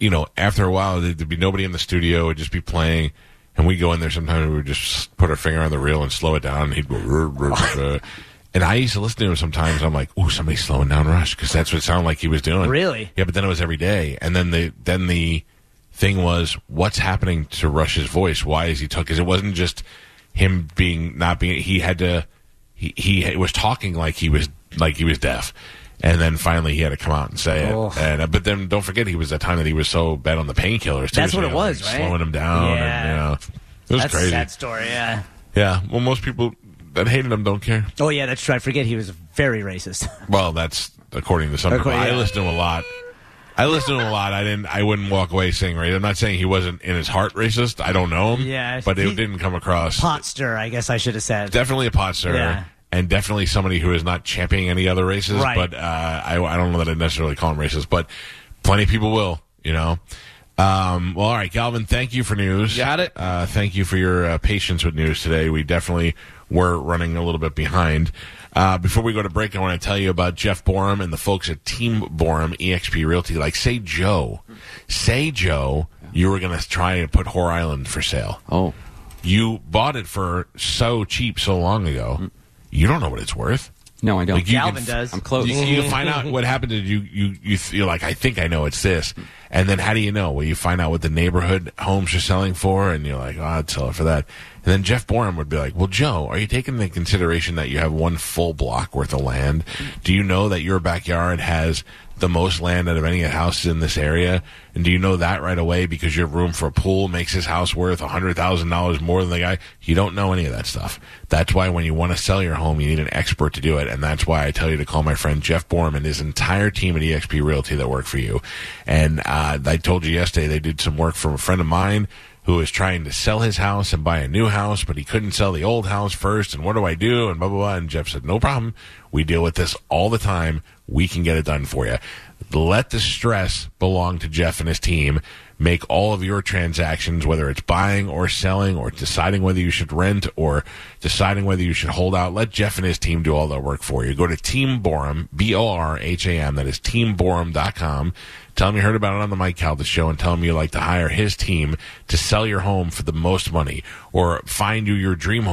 Speaker 4: you know after a while there'd be nobody in the studio. It'd just be playing. And we go in there sometimes. We would just put our finger on the reel and slow it down. And he'd go, "Rrr, rrr, rrr." and I used to listen to him sometimes. I'm like, "Ooh, somebody's slowing down Rush," because that's what it sounded like he was doing.
Speaker 7: Really?
Speaker 4: Yeah, but then it was every day, and then the then the thing was, what's happening to Rush's voice? Why is he talking? Because it wasn't just him being not being. He had to. He he was talking like he was like he was deaf, and then finally he had to come out and say
Speaker 7: Oh.
Speaker 4: it. And uh, but then don't forget he was that time that he was so bad on the painkillers. too,
Speaker 7: That's
Speaker 4: so,
Speaker 7: what
Speaker 4: you
Speaker 7: it
Speaker 4: know, like,
Speaker 7: was, right?
Speaker 4: Slowing him down. And,
Speaker 7: Yeah.
Speaker 4: you know, it was
Speaker 7: That's
Speaker 4: crazy.
Speaker 7: a sad story, yeah.
Speaker 4: Yeah. Well, most people that hated him don't care.
Speaker 7: Oh, yeah, that's true. I forget he was very racist.
Speaker 4: Well, that's according to some people.
Speaker 7: According-
Speaker 4: I listen to him a lot. I listen to him a lot. I didn't. I wouldn't walk away saying racist. I'm not saying he wasn't in his heart racist. I don't know him.
Speaker 7: Yeah,
Speaker 4: but it
Speaker 7: he-
Speaker 4: didn't come across.
Speaker 7: Potster, I guess I should have said.
Speaker 4: Definitely a pot stirrer,
Speaker 7: Yeah.
Speaker 4: and definitely somebody who is not championing any other races.
Speaker 7: Right.
Speaker 4: But uh, I, I don't know that I would necessarily call him racist, but plenty of people will. You know. Um, well, all right, Galvin. Thank you for news.
Speaker 6: Got it.
Speaker 4: Uh, thank you for your uh, patience with news today. We definitely were running a little bit behind. Uh, before we go to break, I want to tell you about Jeff Borum and the folks at Team Borum EXP Realty. Like, say Joe, say Joe, you were going to try and put Whore Island for sale
Speaker 8: Oh,
Speaker 4: you bought it for so cheap so long ago. You don't know what it's worth.
Speaker 8: no, I don't.
Speaker 4: Like, you can-
Speaker 7: Galvin does.
Speaker 8: I'm close.
Speaker 4: You, you can find out what happened to you. You you feel like I think I know it's this, and then how do you know? Well, you find out what the neighborhood homes are selling for, and you're like, oh, I'd sell it for that. And then Jeff Borum would be like, Well, Joe, are you taking into consideration that you have one full block worth of land? Do you know that your backyard has the most land out of any house in this area? And do you know that right away because your room for a pool makes his house worth $100,000 more than the guy? You don't know any of that stuff. That's why when you want to sell your home, you need an expert to do it. And that's why I tell you to call my friend Jeff Borman and his entire team at eXp Realty that work for you. And uh, I told you yesterday they did some work from a friend of mine who was trying to sell his house and buy a new house, but he couldn't sell the old house first. And what do I do? And blah, blah, blah. And Jeff said, No problem. We deal with this all the time. We can get it done for you. Let the stress belong to Jeff and his team. Make all of your transactions, whether it's buying or selling or deciding whether you should rent or deciding whether you should hold out, let Jeff and his team do all that work for you. Go to Team Borum, B O R H A M, that is teamborum.com. Tell him you heard about it on the Mike Calda show and tell him you like to hire his team to sell your home for the most money or find you your dream home.